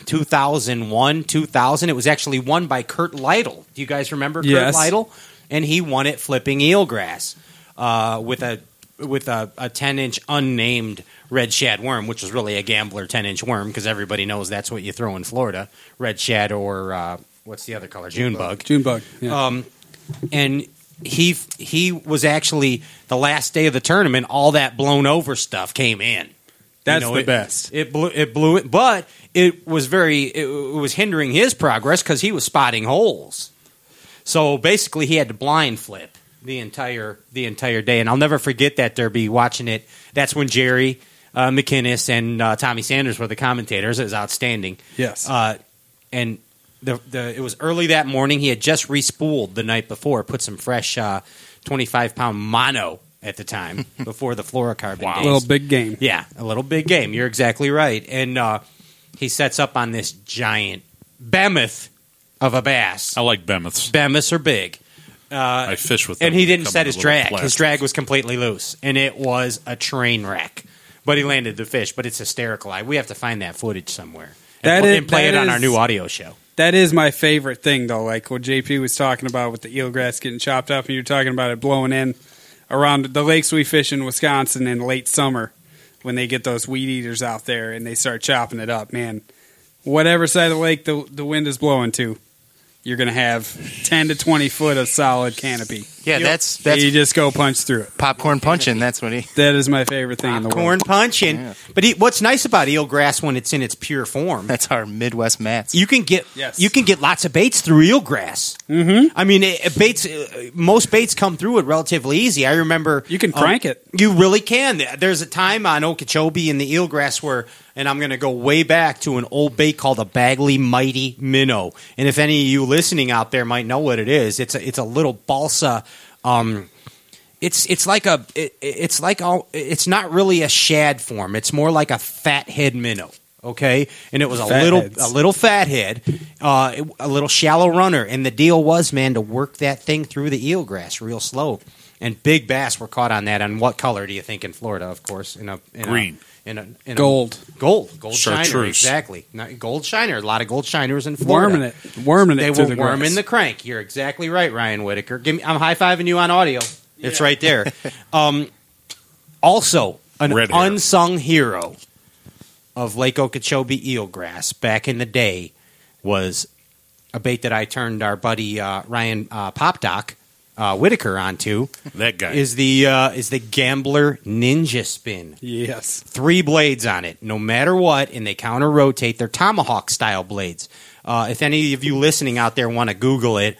Speaker 1: 2001, 2000. It was actually won by Kurt Lytle. Do you guys remember
Speaker 2: Yes.
Speaker 1: Kurt Lytle? And he won it flipping eelgrass uh, with a with a, a 10 inch unnamed red shad worm, which is really a gambler 10 inch worm because everybody knows that's what you throw in Florida red shad or uh, what's the other color? June bug
Speaker 2: June bug. Yeah.
Speaker 1: Uh, Um, and he he was actually the last day of the tournament. All that blown over stuff came in.
Speaker 2: That's
Speaker 1: You know,
Speaker 2: the
Speaker 1: it-
Speaker 2: best.
Speaker 1: It blew it blew it, but it was very it, it was hindering his progress because he was spotting holes. So basically, he had to blind flip the entire the entire day, and I'll never forget that derby watching it. That's when Jerry uh, McInnes and uh, Tommy Sanders were the commentators. It was outstanding.
Speaker 2: Yes.
Speaker 1: Uh, and the, the it was early that morning. He had just respooled the night before, put some fresh uh, twenty five pound mono at the time before the fluorocarbon. Wow.
Speaker 2: little big game.
Speaker 1: Yeah, a little big game. You're exactly right. And uh, He sets up on this giant behemoth of a bass.
Speaker 3: I like behemoths.
Speaker 1: Behemoths are big.
Speaker 3: I fish with
Speaker 1: uh,
Speaker 3: them.
Speaker 1: And he
Speaker 3: They
Speaker 1: didn't
Speaker 3: come
Speaker 1: set
Speaker 3: in a
Speaker 1: his
Speaker 3: little
Speaker 1: drag.
Speaker 3: plastic.
Speaker 1: His drag was completely loose, and it was a train wreck. But he landed the fish. But it's hysterical. I, we have to find that footage somewhere and,
Speaker 2: That
Speaker 1: pl-
Speaker 2: is-
Speaker 1: and play
Speaker 2: that
Speaker 1: it on our
Speaker 2: is-
Speaker 1: new audio show.
Speaker 2: That is my favorite thing, though. Like what JP was talking about with the eelgrass getting chopped up, and you're talking about it blowing in around the lakes we fish in Wisconsin in late summer when they get those weed eaters out there and they start chopping it up. Man, whatever side of the lake the, the wind is blowing to, you're going to have 10 to 20 foot of solid canopy.
Speaker 4: Yeah, that's that's
Speaker 2: you just go punch through it.
Speaker 4: popcorn punching. That's what he.
Speaker 2: That is my favorite thing in the world.
Speaker 1: Corn punching. But he, what's nice about eelgrass when it's in its pure form,
Speaker 4: That's our Midwest Mats.
Speaker 1: you can get
Speaker 2: Yes.
Speaker 1: you can get lots of baits through eelgrass. Mm-hmm. I mean, it, it baits uh, most baits come through it relatively easy. I remember um,
Speaker 2: You can crank it.
Speaker 1: You really can. There's a time on Okeechobee in the eelgrass where, and I'm going to go way back to an old bait called a Bagley Mighty Minnow. And if any of you listening out there might know what it is, it's a it's a little balsa. Um, it's it's like a it, it's like all it's not really a shad form. It's more like a fat head minnow. Okay, and it was a
Speaker 2: Fat
Speaker 1: little
Speaker 2: heads.
Speaker 1: a little fat head, uh, it- a little shallow runner, and the deal was, man, to work that thing through the eelgrass real slow. And big bass were caught on that. And what color do you think in Florida? Of course, in a in
Speaker 3: Green.
Speaker 1: a, in a, in a
Speaker 2: Gold.
Speaker 1: gold, gold shiner,
Speaker 3: Chartreuse.
Speaker 1: exactly. Not- Gold shiner. A lot of gold shiners in Florida.
Speaker 2: Worming it. Worming it.
Speaker 1: They
Speaker 2: to
Speaker 1: were
Speaker 2: the
Speaker 1: worming
Speaker 2: grass.
Speaker 1: the crank. You're exactly right, Ryan Whitaker. Give me, I'm high fiving you on audio. It's right there. um, also, an
Speaker 3: Red hair.
Speaker 1: unsung hero of Lake Okeechobee eelgrass back in the day was a bait that I turned our buddy uh, Ryan uh, Popdoc uh, Whitaker onto.
Speaker 3: That guy.
Speaker 1: Is the uh, is the Gambler Ninja Spin
Speaker 2: Yes.
Speaker 1: three blades on it, no matter what, and they counter rotate. They're tomahawk style blades. Uh, if any of you listening out there want to Google it,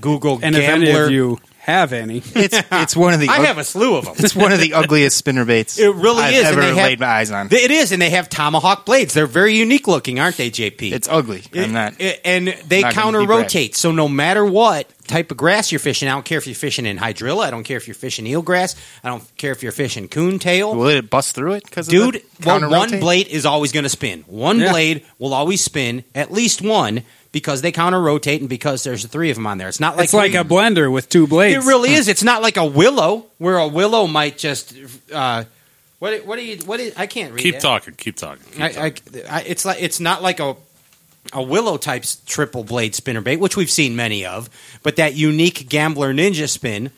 Speaker 1: Google
Speaker 2: And
Speaker 1: Gambler.
Speaker 2: if any of you have any,
Speaker 4: It's it's one of the
Speaker 1: I
Speaker 4: ug-
Speaker 1: have a slew of them.
Speaker 4: it's one of the ugliest spinner baits.
Speaker 1: It really
Speaker 4: I've
Speaker 1: is, and
Speaker 4: Ever
Speaker 1: they have-
Speaker 4: laid my eyes on.
Speaker 1: it is, and they have tomahawk blades. They're very unique looking, aren't they, JP?
Speaker 4: It's ugly.
Speaker 1: It-
Speaker 4: I'm not.
Speaker 1: it- and they
Speaker 4: not gonna
Speaker 1: counter
Speaker 4: be brave.
Speaker 1: rotate. So no matter what type of grass you're fishing, I don't care if you're fishing in hydrilla. I don't care if you're fishing eelgrass. I don't care if you're fishing coontail.
Speaker 4: Will it bust through it? Because
Speaker 1: dude
Speaker 4: Of the
Speaker 1: well one
Speaker 4: counter-rotate?
Speaker 1: blade is always going to spin one
Speaker 2: Yeah.
Speaker 1: blade will always spin at least one because they counter rotate and because there's three of them on there it's not like
Speaker 2: it's like a blender with two
Speaker 1: it
Speaker 2: blades.
Speaker 1: really is it's not like a willow where a willow might just uh what what are you what is, i can't read
Speaker 3: keep
Speaker 1: that.
Speaker 3: talking. Keep talking. keep talking.
Speaker 1: I, I, I, it's like it's not like a a willow type s- triple blade spinnerbait, which we've seen many of, but that unique gambler ninja spin.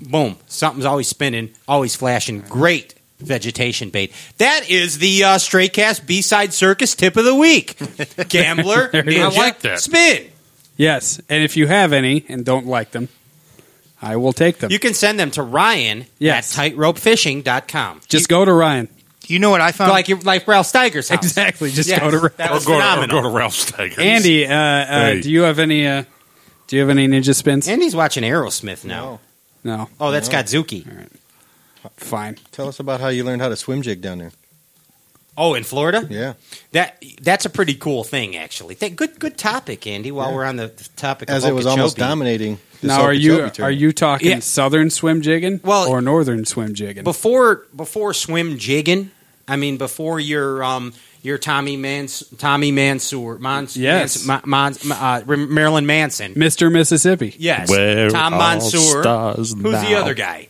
Speaker 1: Boom! Something's always spinning, always flashing. Great vegetation bait. That is the uh, straight cast B side circus tip of the week. Gambler ninja
Speaker 3: I like that.
Speaker 1: spin.
Speaker 2: Yes, and if you have any and don't like them, I will take them.
Speaker 1: You can send them to Ryan
Speaker 2: Yes.
Speaker 1: at tightropefishing.com.
Speaker 2: just go to Ryan.
Speaker 4: You know what I found?
Speaker 1: like your- like Ralph Steiger's house.
Speaker 2: Exactly. Just
Speaker 1: Yes,
Speaker 2: go to Ryan.
Speaker 1: that
Speaker 3: or,
Speaker 1: was
Speaker 3: go to, or
Speaker 1: phenomenal.
Speaker 3: go to Ralph Steiger's.
Speaker 2: Andy, uh, uh,
Speaker 3: Hey.
Speaker 2: do you have any? Uh, do you have any ninja spins?
Speaker 1: And he's watching Aerosmith now.
Speaker 2: no.
Speaker 1: Oh, that's Godzuki.
Speaker 2: Fine.
Speaker 5: Tell us about how you learned how to swim jig down there.
Speaker 1: Oh, in Florida?
Speaker 5: Yeah.
Speaker 1: That that's a pretty cool thing, actually. That, good good topic, Andy. While
Speaker 5: Yeah.
Speaker 1: we're on the topic,
Speaker 5: As
Speaker 1: of
Speaker 5: it was almost
Speaker 1: Okeechobee.
Speaker 5: dominating. this
Speaker 2: Now, are you are
Speaker 5: Okeechobee tournament.
Speaker 2: you talking
Speaker 1: Yeah.
Speaker 2: southern swim jigging
Speaker 1: Well-
Speaker 2: or northern swim jigging?
Speaker 1: before before swim jigging. I mean, before your um your Tommy Mans Tommy Mansour Mans,
Speaker 2: Yes.
Speaker 1: Mans, Mans, uh, Marilyn Manson.
Speaker 2: Mr. Mississippi.
Speaker 1: Yes,
Speaker 3: Where
Speaker 1: Tom
Speaker 3: are
Speaker 1: Mansour.
Speaker 3: stars
Speaker 1: Who's the
Speaker 3: now?
Speaker 1: other guy?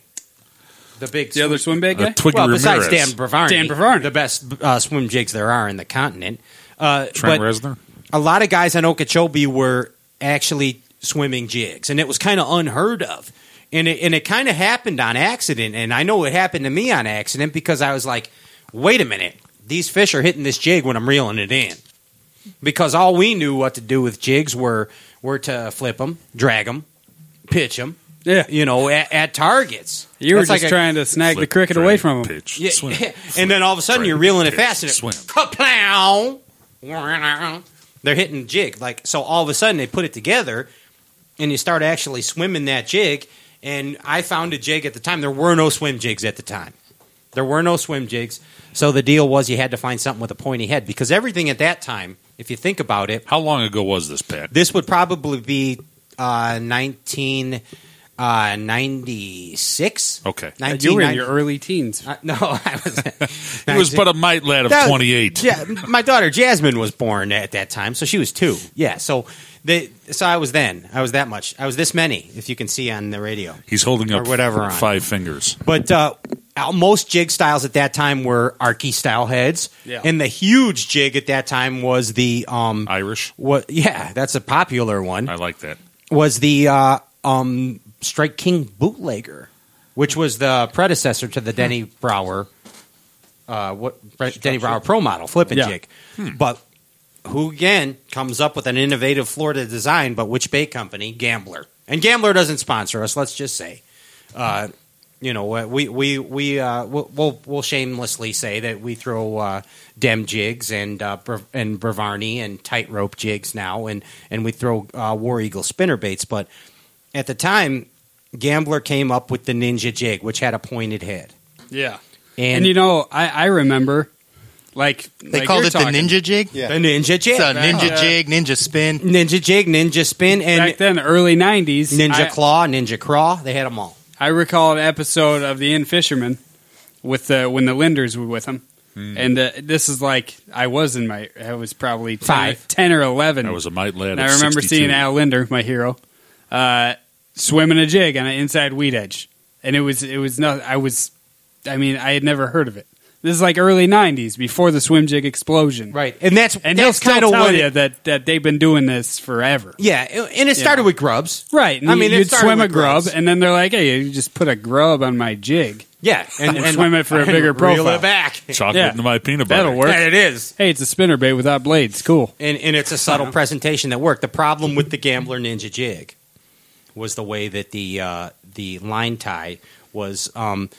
Speaker 1: The big
Speaker 2: The other
Speaker 1: swim-
Speaker 2: swim bait
Speaker 3: Uh,
Speaker 2: guy.
Speaker 3: Twiggy
Speaker 1: well,
Speaker 3: Ramirez.
Speaker 1: besides Dan Bravarni,
Speaker 2: Dan Bravarni.
Speaker 1: the best uh, swim jigs there are in the continent. Uh,
Speaker 3: Trent
Speaker 1: but-
Speaker 3: Reznor.
Speaker 1: a lot of guys on Okeechobee were actually swimming jigs, and it was kind of unheard of. And it, and it kind of happened on accident. And I know it happened to me on accident because I was like, wait a minute, these fish are hitting this jig when I'm reeling it in. Because all we knew what to do with jigs were were to flip them, drag them, pitch them,
Speaker 2: yeah,
Speaker 1: you know, at, at targets.
Speaker 2: you were
Speaker 1: That's
Speaker 2: just
Speaker 1: like a-
Speaker 2: trying to snag the
Speaker 3: Flip,
Speaker 2: cricket
Speaker 3: drag,
Speaker 2: away from him.
Speaker 3: Pitch,
Speaker 1: yeah,
Speaker 3: swim.
Speaker 1: and then all of a sudden
Speaker 3: Right.
Speaker 1: you're reeling it
Speaker 3: Pitch,
Speaker 1: fast and it
Speaker 3: swim.
Speaker 1: kaplow. They're hitting jig like so. All of a sudden they put it together, and you start actually swimming that jig. And I found a jig at the time. There were no swim jigs at the time. There were no swim jigs. So the deal was you had to find something with a pointy head because everything at that time, if you think about it,
Speaker 3: How long ago was this, Pat?
Speaker 1: this would probably be uh, 19. uh, 96.
Speaker 3: Okay.
Speaker 2: Uh, you were
Speaker 1: 1990
Speaker 2: in your early teens.
Speaker 1: Uh, no, I was.
Speaker 3: He was but a mite lad of
Speaker 1: That-
Speaker 3: 28.
Speaker 1: Yeah, my daughter Jasmine was born at that time, so she was two. Yeah, so they, so I was then. I was that much. I was this many, if you can see on the radio.
Speaker 3: He's holding up
Speaker 1: Or whatever on.
Speaker 3: five fingers.
Speaker 1: But uh, al- most jig styles at that time were arky style heads,
Speaker 2: Yeah.
Speaker 1: and the huge jig at that time was the um
Speaker 3: Irish.
Speaker 1: what? Yeah, that's a popular one.
Speaker 3: I like that.
Speaker 1: was the uh, um, Strike King bootlegger, which was the predecessor to the Denny Brower, uh, what Bre- Denny Brower Pro Model flip and
Speaker 2: Yeah.
Speaker 1: jig. But who again comes up with an innovative Florida design? But which bait company? Gambler, and Gambler doesn't sponsor us. Let's just say. Uh, you know, uh, we we we uh, we'll- we'll we'll shamelessly say that we throw uh, dem jigs and uh, Bra- and Bravarni and tightrope jigs now, and and we throw uh, War Eagle spinner baits. But at the time, Gambler came up with the Ninja jig, which had a pointed head,
Speaker 2: Yeah.
Speaker 1: and,
Speaker 2: And, you know, I, I remember, like
Speaker 4: They
Speaker 2: like
Speaker 4: called
Speaker 2: you're
Speaker 4: it
Speaker 2: talking,
Speaker 4: the ninja jig.
Speaker 5: Yeah.
Speaker 1: the Ninja jig,
Speaker 4: It's a ninja
Speaker 2: Yeah.
Speaker 4: jig, ninja spin.
Speaker 1: Ninja jig, Ninja spin,
Speaker 2: Back
Speaker 1: and
Speaker 2: then, early '90s,
Speaker 1: Ninja
Speaker 2: I,
Speaker 1: claw, Ninja craw. They had them all.
Speaker 2: I recall an episode of the Inn Fisherman with the when the Linders were with him,
Speaker 1: Hmm.
Speaker 2: and uh, this is like I was in my I was probably 10,
Speaker 1: Five.
Speaker 2: 10 or eleven.
Speaker 3: I was a mite
Speaker 2: and
Speaker 3: lad of
Speaker 2: I remember
Speaker 3: 62.
Speaker 2: seeing Al Linder, my hero, uh, swimming a jig on an inside weed edge, and it was it was not I was, I mean I had never heard of it. This is like early '90s before the swim jig explosion,
Speaker 1: Right, and that's
Speaker 2: And he'll
Speaker 1: that's
Speaker 2: still
Speaker 1: kind of
Speaker 2: tell
Speaker 1: what.
Speaker 2: you
Speaker 1: it-
Speaker 2: that, that they've been doing this forever.
Speaker 1: yeah, and it started with grubs.
Speaker 2: Right. And
Speaker 1: I
Speaker 2: I mean,
Speaker 1: mean, it
Speaker 2: you'd
Speaker 1: started
Speaker 2: swim a
Speaker 1: with
Speaker 2: grub,
Speaker 1: grubs.
Speaker 2: and then they're like, hey, you just put a grub on my jig.
Speaker 1: Yeah, and,
Speaker 2: And swim it for a
Speaker 1: and
Speaker 2: bigger
Speaker 1: reel
Speaker 2: profile.
Speaker 1: it back.
Speaker 3: Chocolate
Speaker 2: Yeah.
Speaker 3: into my peanut butter.
Speaker 2: That'll work.
Speaker 1: Yeah, it is.
Speaker 2: Hey, it's a spinnerbait without blades. Cool.
Speaker 1: And, and it's a subtle presentation that worked. The problem with the Gambler Ninja jig was the way that the uh, the line tie was. Um,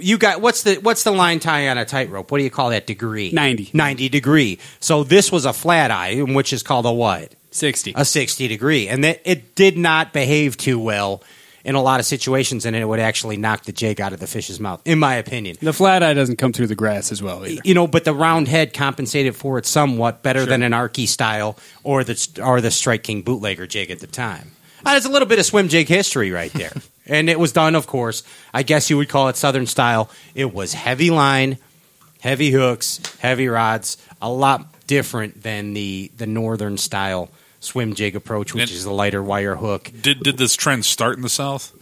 Speaker 1: you got what's the what's the line tie on a tightrope? What do you call that degree?
Speaker 2: 90.
Speaker 1: Ninety degree. So this was a flat eye, which is called a what?
Speaker 2: 60.
Speaker 1: A sixty degree, and that it did not behave too well in a lot of situations, and it would actually knock the jig out of the fish's mouth, in my opinion.
Speaker 2: The flat eye doesn't come through the grass as well either.
Speaker 1: you know, but the round head compensated for it somewhat better than an Arky style or the or the Strike King bootlegger jig at the time. Uh, there's a little bit of swim jig history right there, and it was done, of course. I guess you would call it Southern style. It was heavy line, heavy hooks, heavy rods, a lot different than the the Northern style swim jig approach, which
Speaker 3: And-
Speaker 1: is the lighter wire hook.
Speaker 3: Did, did this trend start in the South?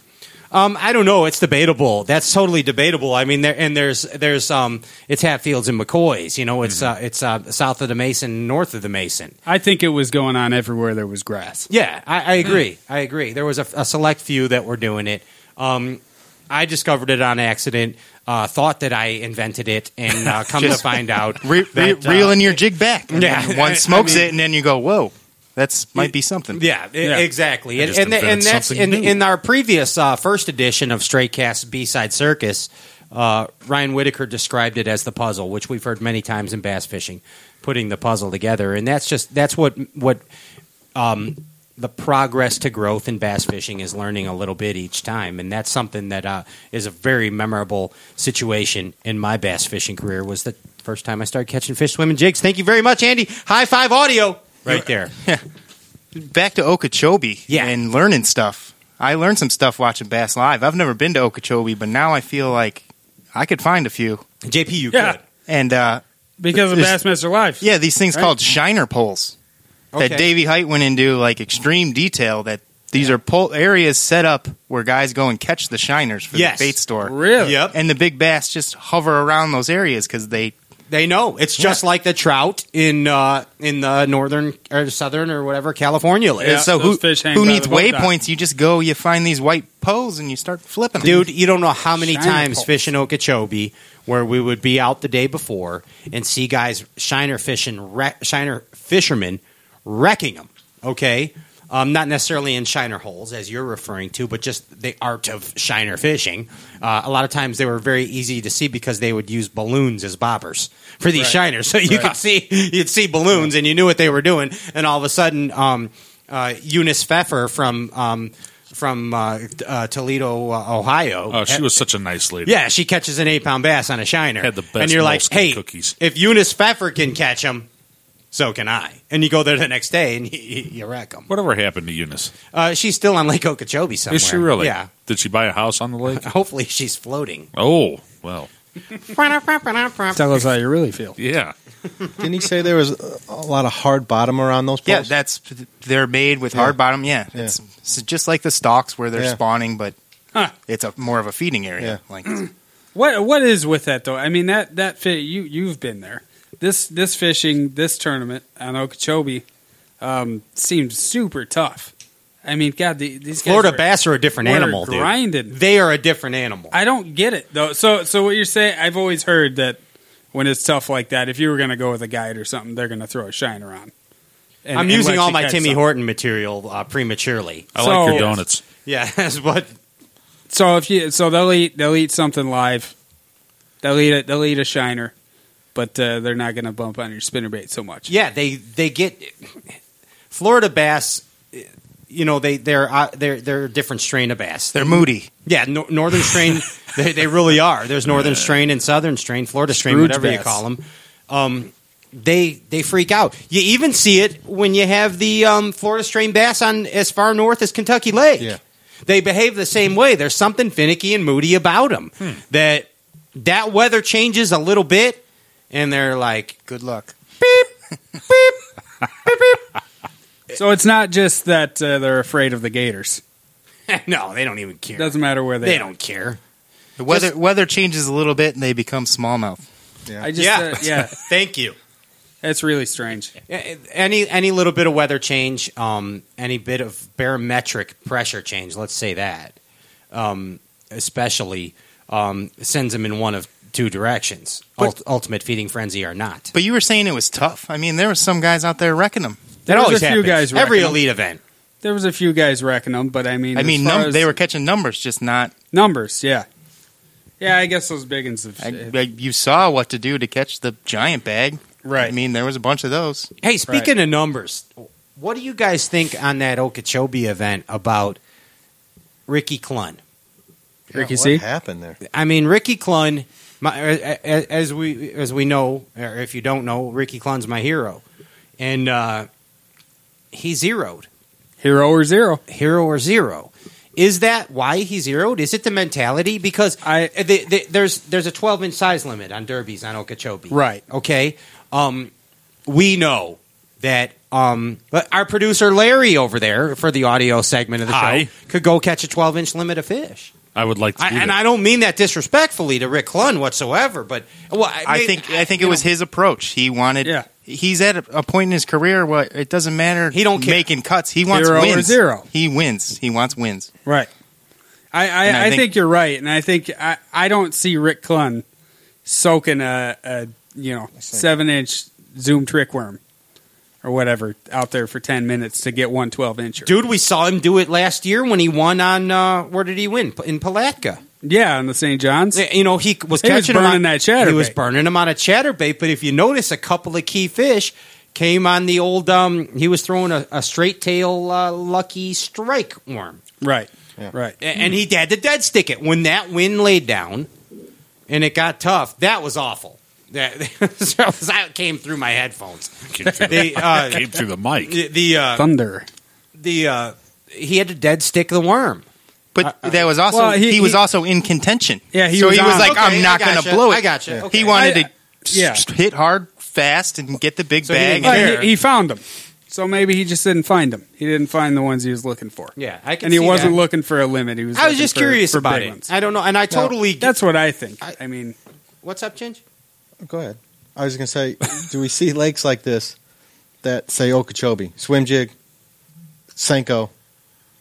Speaker 1: Um, I don't know. It's debatable. That's totally debatable. I mean, there and there's there's um, it's Hatfields and McCoys. You know, it's
Speaker 4: Mm-hmm.
Speaker 1: uh, it's uh, south of the Mason, north of the Mason.
Speaker 2: I think it was going on everywhere there was grass.
Speaker 1: Yeah, I, I
Speaker 4: Hmm.
Speaker 1: agree. I agree. There was a, a select few that were doing it. Um, I discovered it on accident. Uh, thought that I invented it, and uh, come to
Speaker 4: Just-
Speaker 1: find out,
Speaker 4: Re- re-
Speaker 1: that, uh,
Speaker 4: reeling your jig back. And
Speaker 1: Yeah.
Speaker 4: then one
Speaker 1: I- I
Speaker 4: smokes
Speaker 1: mean-
Speaker 4: it, and then you go, "Whoa, that's might be something."
Speaker 1: Yeah, e-
Speaker 2: Yeah.
Speaker 1: exactly.
Speaker 3: I
Speaker 1: And,
Speaker 3: just
Speaker 1: and,
Speaker 3: invented
Speaker 1: and that's
Speaker 3: something
Speaker 1: in,
Speaker 3: new.
Speaker 1: in our previous uh, first edition of Straight Cast B Side Circus. Uh, Ryan Whitaker described it as the puzzle, which we've heard many times in bass fishing, putting the puzzle together, and that's just that's what what um, the progress to growth in bass fishing is learning a little bit each time, and that's something that uh, is a very memorable situation in my bass fishing career. Was the first time I started catching fish swimming jigs. Thank you very much, Andy. High five audio right there.
Speaker 4: Back to Okeechobee
Speaker 1: Yeah.
Speaker 4: and learning stuff. I learned some stuff watching Bass Live. I've never been to Okeechobee, but now I feel like I could find a few.
Speaker 1: JP, you
Speaker 2: Yeah.
Speaker 1: could.
Speaker 4: And uh,
Speaker 2: Because of
Speaker 4: There's-
Speaker 2: Bassmaster Live.
Speaker 4: yeah, these things
Speaker 2: Right.
Speaker 4: called shiner poles
Speaker 1: Okay.
Speaker 4: that Davey Height went into like extreme detail. That these are pole areas set up where guys go and catch the shiners for
Speaker 1: Yes.
Speaker 4: the bait store.
Speaker 2: Really?
Speaker 1: Yep.
Speaker 4: And the big bass just hover around those areas because they
Speaker 1: They know it's just like the trout in uh, in the northern or southern or whatever California
Speaker 2: Yeah,
Speaker 1: is.
Speaker 4: so
Speaker 2: those
Speaker 4: who,
Speaker 2: fish hang
Speaker 4: who
Speaker 2: by
Speaker 4: needs
Speaker 2: the boat dock.
Speaker 4: waypoints? You just go, you find these white poles, and you start flipping. 'em.
Speaker 1: Dude, you don't know how many
Speaker 2: Shiner
Speaker 1: times
Speaker 2: poles.
Speaker 1: fishing Okeechobee where we would be out the day before and see guys shiner fishing wre- shiner fishermen wrecking them. Okay. Um, not necessarily in shiner holes as you're referring to, but just the art of shiner fishing. Uh, a lot of times they were very easy to see because they would use balloons as bobbers for these shiners. So you could see you'd see balloons and you knew what they were doing, and all of a sudden, um, uh, Eunice Pfeffer from um, from uh, uh, Toledo, uh, Ohio.
Speaker 3: Oh, she was such a nice lady.
Speaker 1: Yeah, she catches an eight pound bass on a shiner.
Speaker 3: Had the best
Speaker 1: and you're like,
Speaker 3: Moleskine
Speaker 1: hey,
Speaker 3: cookies."
Speaker 1: if Eunice Pfeffer can catch them, So can I. And you go there the next day and you, you, you wreck them.
Speaker 6: Whatever happened to Eunice?
Speaker 1: Uh, she's still on Lake Okeechobee somewhere.
Speaker 6: Is she really?
Speaker 1: Yeah.
Speaker 6: Did she buy a house on the lake?
Speaker 1: Hopefully she's floating.
Speaker 6: Oh, well,
Speaker 2: Tell us how you really feel.
Speaker 6: yeah.
Speaker 5: Didn't he say there was a- a lot of hard bottom around those
Speaker 4: Yeah,
Speaker 5: poles?
Speaker 4: that's they're made with
Speaker 5: Yeah.
Speaker 4: hard bottom. Yeah,
Speaker 5: Yeah.
Speaker 4: It's, it's just like the stalks where they're
Speaker 5: Yeah.
Speaker 4: spawning, but
Speaker 2: Huh.
Speaker 4: it's a more of a feeding area. Like
Speaker 2: What what is with that though? I mean that that fit you you've been there. This this fishing this tournament on Okeechobee um, seemed super tough. I mean, God, the, these guys
Speaker 1: Florida
Speaker 2: were-
Speaker 1: bass are a different
Speaker 2: were
Speaker 1: animal, dude.
Speaker 2: grinding.
Speaker 1: They are a different animal.
Speaker 2: I don't get it though. So so what you're saying? I've always heard that when it's tough like that, if you were going to go with a guide or something, they're going to throw a shiner on. And-
Speaker 1: I'm
Speaker 2: and
Speaker 1: using
Speaker 2: let
Speaker 1: all
Speaker 2: you
Speaker 1: my
Speaker 2: catch
Speaker 1: Timmy
Speaker 2: something.
Speaker 1: Horton material uh, prematurely.
Speaker 6: I
Speaker 2: So-
Speaker 6: like your donuts.
Speaker 1: Yeah, that's what.
Speaker 2: So if you so they'll eat they'll eat something live. They'll eat it. They'll eat a shiner, but uh, they're not going to bump on your spinnerbait so much.
Speaker 1: Yeah, they they get Florida bass. You know they they're uh, they're they're a different strain of bass.
Speaker 4: they're moody.
Speaker 1: Yeah, nor northern strain. they, they really are. There's northern strain and southern strain, Florida strain,
Speaker 2: Scrooge
Speaker 1: whatever you
Speaker 2: bass.
Speaker 1: call them. Um, they they freak out. You even see it when you have the um, Florida strain bass on as far north as Kentucky Lake.
Speaker 5: Yeah.
Speaker 1: They behave the same way. There's something finicky and moody about them.
Speaker 2: Hmm.
Speaker 1: That that weather changes a little bit, and they're like,
Speaker 4: Good luck.
Speaker 2: So it's not just that uh, they're afraid of the gators.
Speaker 1: "No, they don't even care.
Speaker 2: It doesn't matter where they.
Speaker 1: they
Speaker 2: are.
Speaker 1: don't care."
Speaker 4: The weather weather changes a little bit, and they become smallmouth.
Speaker 2: I just
Speaker 1: Yeah.
Speaker 2: yeah. Uh, yeah,
Speaker 1: Thank you.
Speaker 2: it's really strange.
Speaker 1: any any little bit of weather change, um, any bit of barometric pressure change, let's say that, um, especially um, sends them in one of two directions: Ult- ultimate feeding frenzy or not.
Speaker 4: But you were saying it was tough. I mean, there were some guys out there wrecking them.
Speaker 1: That
Speaker 2: was
Speaker 1: always
Speaker 2: a few
Speaker 1: happens.
Speaker 2: guys
Speaker 1: Every
Speaker 2: wrecking 'em.
Speaker 1: elite event.
Speaker 2: There was a few guys wrecking them, but I mean,
Speaker 4: I
Speaker 2: as
Speaker 4: mean,
Speaker 2: far
Speaker 4: num-
Speaker 2: as
Speaker 4: they were catching numbers, just not.
Speaker 2: numbers. Yeah, yeah. I guess those biggins have,
Speaker 4: I, I, you saw what to do to catch the giant bag.
Speaker 2: right.
Speaker 4: I mean, there was a bunch of those.
Speaker 1: Hey, speaking of numbers, what do you guys think on that Okeechobee event about Ricky Klun?
Speaker 2: Ricky
Speaker 5: what
Speaker 2: C?
Speaker 5: happened there?
Speaker 1: I mean, Ricky Klun, my, as, as we as we know, or if you don't know, Ricky Klun's my hero, and uh, he zeroed,
Speaker 2: hero or zero.
Speaker 1: hero or zero. Is that why he zeroed? Is it the mentality? Because
Speaker 2: I-
Speaker 1: the, the, there's there's a 12 inch size limit on derbies on Okeechobee,
Speaker 2: Right.
Speaker 1: Okay, um, we know that um, but our producer Larry over there for the audio segment of the
Speaker 6: Hi.
Speaker 1: show could go catch a 12 inch limit of fish.
Speaker 6: I would like to.
Speaker 1: I,
Speaker 6: do
Speaker 1: and
Speaker 6: that.
Speaker 1: I don't mean that disrespectfully to Rick Klun whatsoever, but well, I,
Speaker 4: I
Speaker 1: may-
Speaker 4: think I think it
Speaker 1: you
Speaker 4: was
Speaker 1: know,
Speaker 4: his approach. He wanted.
Speaker 2: Yeah.
Speaker 4: He's at a, a point in his career where it doesn't matter.
Speaker 1: He don't care.
Speaker 4: making cuts. He wants
Speaker 2: Hero or
Speaker 4: wins.
Speaker 2: zero.
Speaker 4: He wins. He wants wins.
Speaker 2: Right. I
Speaker 4: And
Speaker 2: I,
Speaker 4: I
Speaker 2: I think,
Speaker 4: think-
Speaker 2: you're right, and I think I, I don't see Rick Klun soaking a, a you know seven inch zoom trick worm or whatever out there for ten minutes to get one 12 incher.
Speaker 1: dude. We saw him do it last year when he won on uh, where did he win in Palatka?
Speaker 2: Yeah, on the St. John's.
Speaker 1: You know he was
Speaker 2: He was
Speaker 1: catching 'em
Speaker 2: burning
Speaker 1: on,
Speaker 2: that chatterbait.
Speaker 1: He was burning him on a chatterbait, but if you notice, a couple of key fish came on the old. Um, he was throwing a, a straight tail uh, lucky strike worm,
Speaker 2: Right.
Speaker 5: Yeah.
Speaker 2: Right.
Speaker 1: A- and he had to dead stick it when that wind laid down, and it got tough. That was awful. That, that came through my headphones.
Speaker 6: Came through,
Speaker 1: They,
Speaker 6: the,
Speaker 1: uh,
Speaker 6: came through the mic.
Speaker 1: the the, uh,
Speaker 2: Thunder.
Speaker 1: the uh, he had to dead stick the worm.
Speaker 4: But that was also
Speaker 2: Well,
Speaker 4: he,
Speaker 2: he-
Speaker 4: was
Speaker 2: he-
Speaker 4: also in contention.
Speaker 2: Yeah, he
Speaker 4: so
Speaker 2: was
Speaker 4: he was
Speaker 2: on.
Speaker 4: like,
Speaker 1: Okay,
Speaker 4: I'm not
Speaker 1: I
Speaker 4: going to
Speaker 1: gotcha.
Speaker 4: blow it.
Speaker 1: I gotcha. Okay.
Speaker 4: He wanted
Speaker 2: I-
Speaker 4: to
Speaker 2: yeah.
Speaker 4: s- hit hard, fast, and get the big
Speaker 1: So he
Speaker 4: bag.
Speaker 1: didn't
Speaker 4: and-
Speaker 1: get-
Speaker 2: Well,
Speaker 1: There.
Speaker 2: he, he found them. So maybe he just didn't find them. He didn't find the ones he was looking for.
Speaker 1: Yeah, I can
Speaker 2: And he
Speaker 1: see
Speaker 2: wasn't
Speaker 1: that.
Speaker 2: looking for a limit. He was.
Speaker 1: I was
Speaker 2: looking
Speaker 1: just
Speaker 2: for-
Speaker 1: curious
Speaker 2: for
Speaker 1: about
Speaker 2: big
Speaker 1: it.
Speaker 2: ones.
Speaker 1: I don't know, and I totally. get-
Speaker 2: That's what I think.
Speaker 1: I-
Speaker 2: I mean,
Speaker 1: what's up, Ginge?
Speaker 5: Go ahead. I was going to say, do we see lakes like this that say Okeechobee, swim jig, Senko,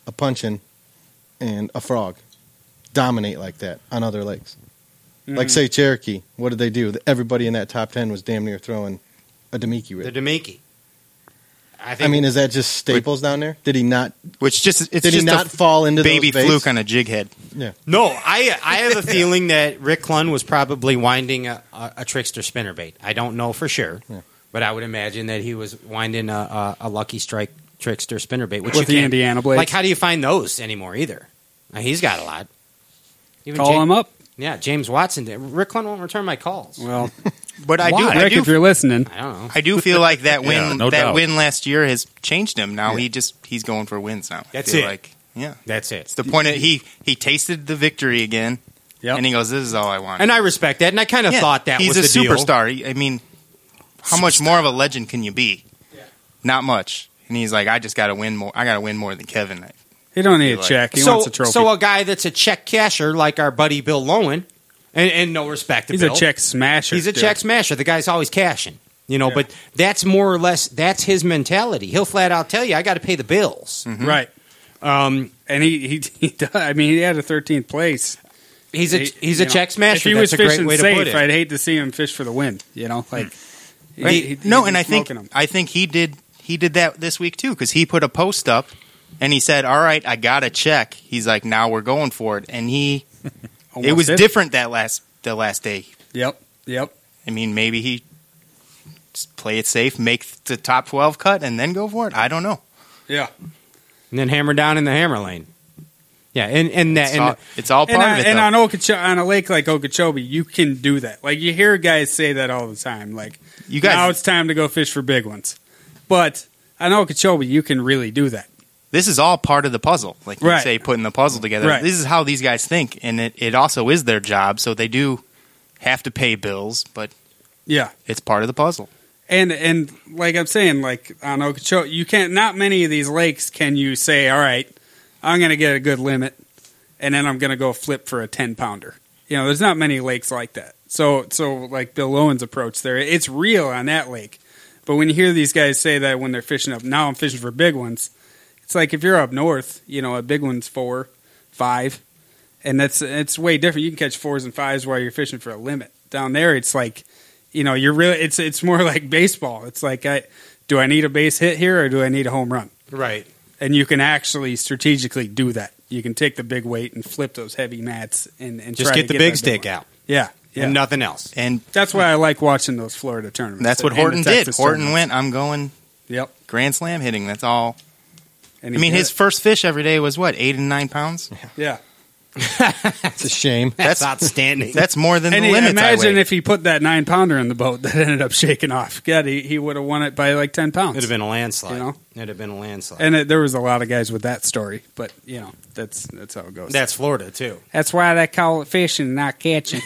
Speaker 5: a punchin, and a frog dominate like that on other lakes?
Speaker 2: Mm.
Speaker 5: Like, say, Cherokee, what did they do? Everybody in that top 10 was damn near throwing a Damiki
Speaker 1: The
Speaker 5: rig.
Speaker 1: Demiki. I think.
Speaker 5: I mean, is that just staples down there? Did he not?
Speaker 4: which just it's
Speaker 5: Did he
Speaker 4: just a
Speaker 5: not
Speaker 4: f-
Speaker 5: fall into
Speaker 4: baby
Speaker 5: those baits?
Speaker 4: fluke on a jig head.
Speaker 1: no, I I have a feeling that Rick Klun was probably winding a, a, a trickster spinnerbait. I don't know for sure,
Speaker 5: Yeah.
Speaker 1: but I would imagine that he was winding a, a, a lucky strike trickster spinnerbait. Which
Speaker 2: with
Speaker 1: you
Speaker 2: the
Speaker 1: can't-
Speaker 2: Indiana blades,
Speaker 1: like, how do you find those anymore? Either Now, he's got a lot. Even
Speaker 2: call
Speaker 1: Ja-
Speaker 2: him up.
Speaker 1: Yeah, James Watson. Did. Rick Klun won't return my calls.
Speaker 2: Well,
Speaker 4: But I do,
Speaker 6: Why?
Speaker 4: I
Speaker 2: Rick,
Speaker 4: do,
Speaker 2: if you're listening,
Speaker 1: I don't know.
Speaker 4: I do feel like that win,
Speaker 6: Yeah, no
Speaker 4: that
Speaker 6: doubt.
Speaker 4: win last year has changed him. Now he just he's going for wins now. I
Speaker 1: That's
Speaker 4: feel
Speaker 1: it.
Speaker 4: Like, yeah,
Speaker 1: That's it.
Speaker 4: it's the point. Of, he he tasted the victory again,
Speaker 2: Yep.
Speaker 4: and he goes, "This is all I want."
Speaker 1: And I respect that, and I kind of
Speaker 4: Yeah,
Speaker 1: thought that was
Speaker 4: he's a
Speaker 1: the deal.
Speaker 4: superstar. He- I mean, how much more of a legend can you be? Not much. And he's like, "I just got to win more. I got to win more than Kevin."
Speaker 2: he don't need a
Speaker 4: Like-
Speaker 2: check. He
Speaker 1: so,
Speaker 2: wants a trophy.
Speaker 1: so a guy that's a check casher like our buddy Bill Lowen, and, and no respect to
Speaker 2: he's
Speaker 1: Bill,
Speaker 2: a check smasher.
Speaker 1: he's a
Speaker 2: dude.
Speaker 1: check smasher. The guy's always cashing, you know. But that's more or less that's his mentality. He'll flat out tell you, "I got to pay the bills."
Speaker 2: right?
Speaker 1: Um,
Speaker 2: And he, he, he does, I mean, he had a 13th place.
Speaker 1: he's a
Speaker 2: He-
Speaker 1: he's
Speaker 2: you
Speaker 1: a
Speaker 2: know,
Speaker 1: check
Speaker 2: If
Speaker 1: smasher.
Speaker 2: he
Speaker 1: That's
Speaker 2: was
Speaker 1: a great
Speaker 2: fishing
Speaker 1: way to
Speaker 2: safe,
Speaker 1: put it. Hmm.
Speaker 2: I'd hate to see him fish for the win. You know, like he-
Speaker 4: Right.
Speaker 2: he-
Speaker 4: no,
Speaker 2: he'd
Speaker 4: and
Speaker 2: be
Speaker 4: I think
Speaker 2: smoking 'em.
Speaker 4: I think he did he did that this week too because he put a post up and he said, "All right, I got a check." He's like, "Now we're going for it," and he it
Speaker 2: Almost
Speaker 4: was
Speaker 2: did.
Speaker 4: different that last the last day.
Speaker 2: Yep, yep.
Speaker 4: I mean, maybe he just play it safe, make the top twelve cut, and then go for it. I don't know.
Speaker 2: Yeah,
Speaker 1: and then hammer down in the hammer lane. Yeah, and and that
Speaker 4: It's,
Speaker 1: and,
Speaker 4: all, it's all part
Speaker 2: and, on,
Speaker 4: of it.
Speaker 2: and
Speaker 4: though.
Speaker 2: on Okeecho- on a lake like Okeechobee, you can do that. Like you hear guys say that all the time. Like
Speaker 4: you guys,
Speaker 2: now it's time to go fish for big ones. But on Okeechobee, you can really do that.
Speaker 4: this is all part of the puzzle. Like you
Speaker 2: Right.
Speaker 4: say, putting the puzzle together.
Speaker 2: Right.
Speaker 4: This is how these guys think, and it, it also is their job. So they do have to pay bills, but
Speaker 2: Yeah,
Speaker 4: it's part of the puzzle.
Speaker 2: and and like I'm saying, like on Okeechobee, you can't. Not many of these lakes can you say, all right, I'm going to get a good limit, and then I'm going to go flip for a ten pounder. You know, there's not many lakes like that. So so like Bill Owen's approach there, it's real on that lake. But when you hear these guys say that when they're fishing up, now I'm fishing for big ones. It's like if you're up north, you know, a big one's four, five, and that's it's way different. You can catch fours and fives while you're fishing for a limit. Down there, it's like you know you're really it's it's more like baseball it's like i do i need a base hit here or do i need a home run
Speaker 1: right.
Speaker 2: and you can actually strategically do that you can take the big weight and flip those heavy mats and, and
Speaker 1: Just
Speaker 2: try
Speaker 1: get
Speaker 2: to
Speaker 1: the big
Speaker 2: that
Speaker 1: stick
Speaker 2: one.
Speaker 1: out
Speaker 2: yeah yeah
Speaker 1: and nothing else.
Speaker 4: And
Speaker 2: that's why i like watching those florida tournaments
Speaker 4: that's what
Speaker 2: and the
Speaker 4: Horton did.
Speaker 2: Texas
Speaker 4: Horton
Speaker 2: tournaments.
Speaker 4: went. I'm going
Speaker 2: yep
Speaker 4: grand slam hitting. That's all.
Speaker 2: and
Speaker 4: I
Speaker 2: he
Speaker 4: mean,
Speaker 2: did
Speaker 4: his
Speaker 2: it.
Speaker 4: first fish every day was what eight and nine pounds.
Speaker 2: yeah
Speaker 5: It's a shame.
Speaker 1: That's, outstanding.
Speaker 4: That's more than
Speaker 2: and
Speaker 4: the
Speaker 2: he-
Speaker 4: limits. I
Speaker 2: imagine
Speaker 4: weigh.
Speaker 2: if he put that nine pounder in the boat that ended up shaking off god he, he would have won it by like 10 pounds
Speaker 1: It'd have been a landslide.
Speaker 2: You know?
Speaker 1: It'd have been a landslide.
Speaker 2: and it, there was a lot of guys with that story but you know that's that's how it goes
Speaker 1: That's Florida too.
Speaker 2: That's why they call it fishing and not catching.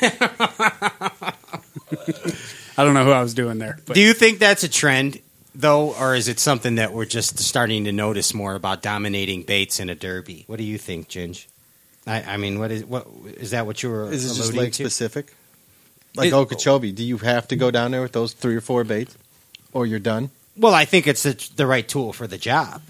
Speaker 2: I don't know who I was doing there, but
Speaker 1: Do you think that's a trend though, or is it something that we're just starting to notice more about dominating baits in a derby? What do you think, Ginge? I, I mean, what is what is that? What you were
Speaker 5: Is it just
Speaker 1: alluding
Speaker 5: lake
Speaker 1: to?
Speaker 5: specific? Like
Speaker 1: It-
Speaker 5: Okeechobee, do you have to go down there with those three or four baits, or you're done?
Speaker 1: Well, I think it's the, the right tool for the job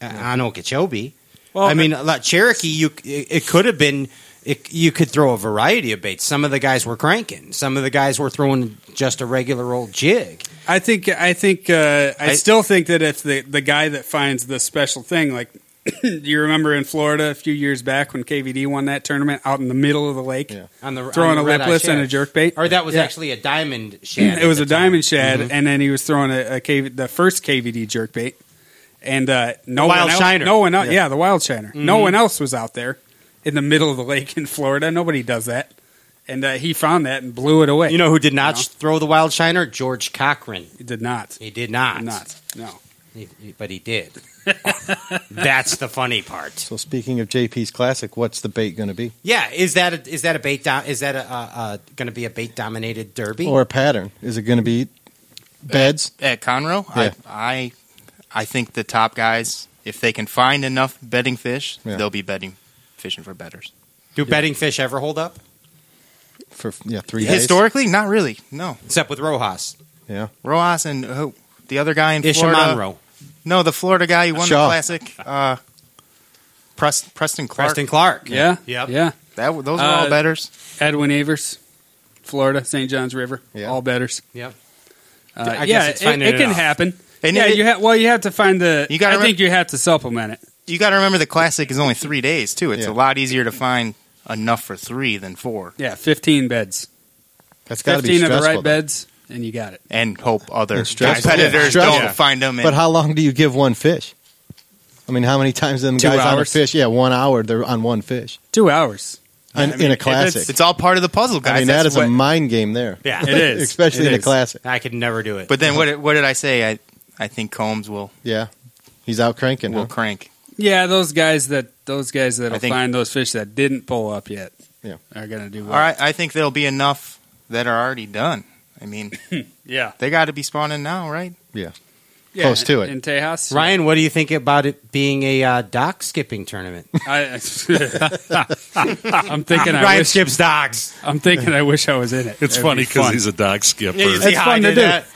Speaker 1: uh, on Okeechobee. I mean, like Cherokee, you it, it could have been. It, you could throw a variety of baits. Some of the guys were cranking. Some of the guys were throwing just a regular old jig.
Speaker 2: I think I think uh, I,
Speaker 4: I-
Speaker 2: still think that if the the guy that finds the special thing, like do you remember in Florida a few years back when KVD won that tournament out in the middle of the lake,
Speaker 5: Yeah.
Speaker 1: On the
Speaker 2: throwing
Speaker 1: on
Speaker 2: a
Speaker 1: the red-eye
Speaker 2: lipless and a
Speaker 1: shad.
Speaker 2: jerk bait,
Speaker 1: or that was
Speaker 2: Yeah.
Speaker 1: actually a diamond shad.
Speaker 2: it was a
Speaker 1: at the time.
Speaker 2: diamond shad,
Speaker 1: Mm-hmm.
Speaker 2: and then he was throwing a, a KV, the first KVD jerk bait, and uh, no
Speaker 1: wild
Speaker 2: one else,
Speaker 1: shiner. Mm-hmm.
Speaker 2: no one, el- yeah. the wild shiner, no one else was out there in the middle of the lake in Florida. Nobody does that, and uh, he found that and blew it away.
Speaker 1: You know who did not sh throw the wild shiner? George Cochran.
Speaker 2: he did not,
Speaker 1: He did not.
Speaker 2: not, no.
Speaker 1: He- he- but he did. That's the funny part.
Speaker 5: So speaking of JP's classic, what's the bait going to be,
Speaker 1: Yeah, is that a, is that a bait? Do- is that a, uh uh going to be a bait dominated derby?
Speaker 5: or a pattern? Is it going to be beds?
Speaker 4: at Conroe,
Speaker 5: Yeah.
Speaker 4: I, I I think the top guys, if they can find enough betting fish,
Speaker 5: Yeah.
Speaker 4: they'll be betting fishing for betters.
Speaker 1: Do betting fish ever hold up?
Speaker 5: for yeah three days.
Speaker 4: Historically, not really. No,
Speaker 1: Except with Rojas,
Speaker 5: Yeah,
Speaker 4: Rojas and who the other guy in
Speaker 1: Isha
Speaker 4: Florida.
Speaker 1: Monroe,
Speaker 4: No, the Florida guy who won
Speaker 5: Shaw.
Speaker 4: the classic. Uh, Preston, Preston Clark.
Speaker 1: Preston Clark.
Speaker 2: yeah,
Speaker 1: Yep.
Speaker 2: yeah.
Speaker 4: That those are all
Speaker 2: Uh,
Speaker 4: betters.
Speaker 2: Edwin Avers, Florida, St. Johns River,
Speaker 5: Yeah.
Speaker 2: all betters.
Speaker 1: Yep.
Speaker 2: Uh,
Speaker 1: I guess
Speaker 2: yeah,
Speaker 1: it's
Speaker 2: it,
Speaker 1: finding
Speaker 2: it
Speaker 1: it
Speaker 2: can
Speaker 1: out.
Speaker 2: happen.
Speaker 4: And
Speaker 2: yeah,
Speaker 4: it-
Speaker 2: you ha- well, you have to find the.
Speaker 4: You gotta
Speaker 2: I
Speaker 4: rem-
Speaker 2: think you have to supplement it.
Speaker 4: You got to remember the classic is only three days too. It's
Speaker 5: Yeah.
Speaker 4: a lot easier to find enough for three than four,
Speaker 2: Yeah, fifteen beds,
Speaker 5: that's got to be
Speaker 2: fifteen of
Speaker 5: stressful.
Speaker 2: the right
Speaker 5: though.
Speaker 2: beds, and you got it.
Speaker 4: and hope other
Speaker 5: And stressful.
Speaker 4: competitors
Speaker 5: Yeah.
Speaker 4: don't
Speaker 5: Stressful.
Speaker 4: find them.
Speaker 5: But how long do you give one fish? I mean, how many times them
Speaker 2: Two
Speaker 5: guys on a
Speaker 2: hours.
Speaker 5: fish? Yeah, one hour they're on one fish.
Speaker 2: Two hours.
Speaker 5: in, in a classic.
Speaker 4: It's, all part of the puzzle, guys.
Speaker 5: I mean,
Speaker 4: That's
Speaker 5: that is
Speaker 4: what-
Speaker 5: a mind game there.
Speaker 1: Yeah.
Speaker 2: It is.
Speaker 5: Especially
Speaker 2: It
Speaker 5: in a
Speaker 2: is.
Speaker 5: classic.
Speaker 1: I could never do it.
Speaker 4: But then what? What did I say? I I think Combs will
Speaker 5: Yeah. He's out cranking.
Speaker 4: will
Speaker 5: huh?
Speaker 4: crank.
Speaker 2: Yeah, those guys that those guys that'll
Speaker 4: I think-
Speaker 2: find those fish that didn't pull up yet.
Speaker 5: Yeah.
Speaker 2: are gonna do well.
Speaker 4: All right, I think there'll be enough that are already done. I mean,
Speaker 2: Yeah,
Speaker 4: they got to be spawning now, right?
Speaker 2: yeah
Speaker 5: Close to it.
Speaker 2: in Tejas.
Speaker 1: Ryan, what do you think about it being a uh, dock skipping tournament?
Speaker 2: I, I'm thinking. I
Speaker 1: Ryan
Speaker 2: wish,
Speaker 1: skips docks.
Speaker 2: I'm thinking. I wish I was in it.
Speaker 3: It's
Speaker 2: That'd
Speaker 3: funny
Speaker 2: be
Speaker 3: because
Speaker 2: fun.
Speaker 3: he's a dock skipper.
Speaker 1: Yeah, you see
Speaker 2: It's
Speaker 1: how I
Speaker 2: fun to
Speaker 1: did
Speaker 2: do.
Speaker 1: that?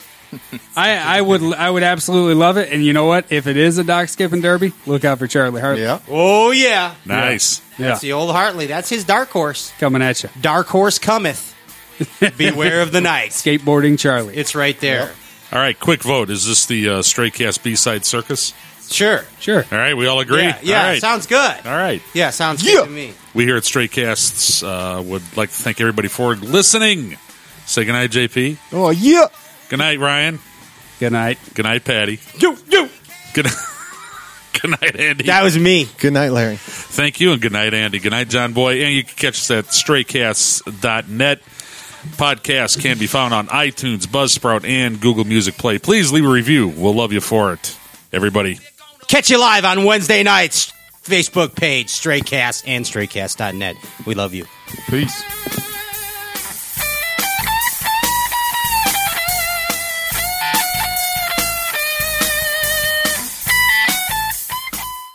Speaker 2: I, I would I would absolutely love it. And you know what? If it is a dock skipping derby, look out for Charlie Hart.
Speaker 5: Yeah.
Speaker 1: Oh yeah,
Speaker 3: nice.
Speaker 2: yeah,
Speaker 1: that's the old Hartley. That's his dark horse.
Speaker 2: coming at you.
Speaker 1: Dark horse cometh. Beware of the night.
Speaker 2: Skateboarding Charlie.
Speaker 1: It's right there.
Speaker 3: All right, quick vote. Is this the uh, Stray Cast B side circus?
Speaker 1: Sure.
Speaker 2: sure.
Speaker 3: All right, we all agree.
Speaker 1: Yeah, yeah
Speaker 3: all right.
Speaker 1: sounds good.
Speaker 3: all right.
Speaker 1: Yeah, sounds good to me.
Speaker 3: We here at Stray Casts uh, would like to thank everybody for listening. Say goodnight, JP.
Speaker 5: Oh, yeah.
Speaker 3: Good night, Ryan.
Speaker 2: Good night.
Speaker 3: Good night, Patty.
Speaker 1: You, you.
Speaker 3: Good, good night, Andy.
Speaker 1: That was me.
Speaker 5: Good night, Larry.
Speaker 3: Thank you, and good night, Andy. Good night, John Boy. And you can catch us at straycasts.net. Podcast can be found on iTunes, Buzzsprout, and Google Music Play. Please leave a review. We'll love you for it. Everybody,
Speaker 1: Catch you live on Wednesday nights. Facebook page, Straycast and Straycast.net. We love you.
Speaker 5: Peace.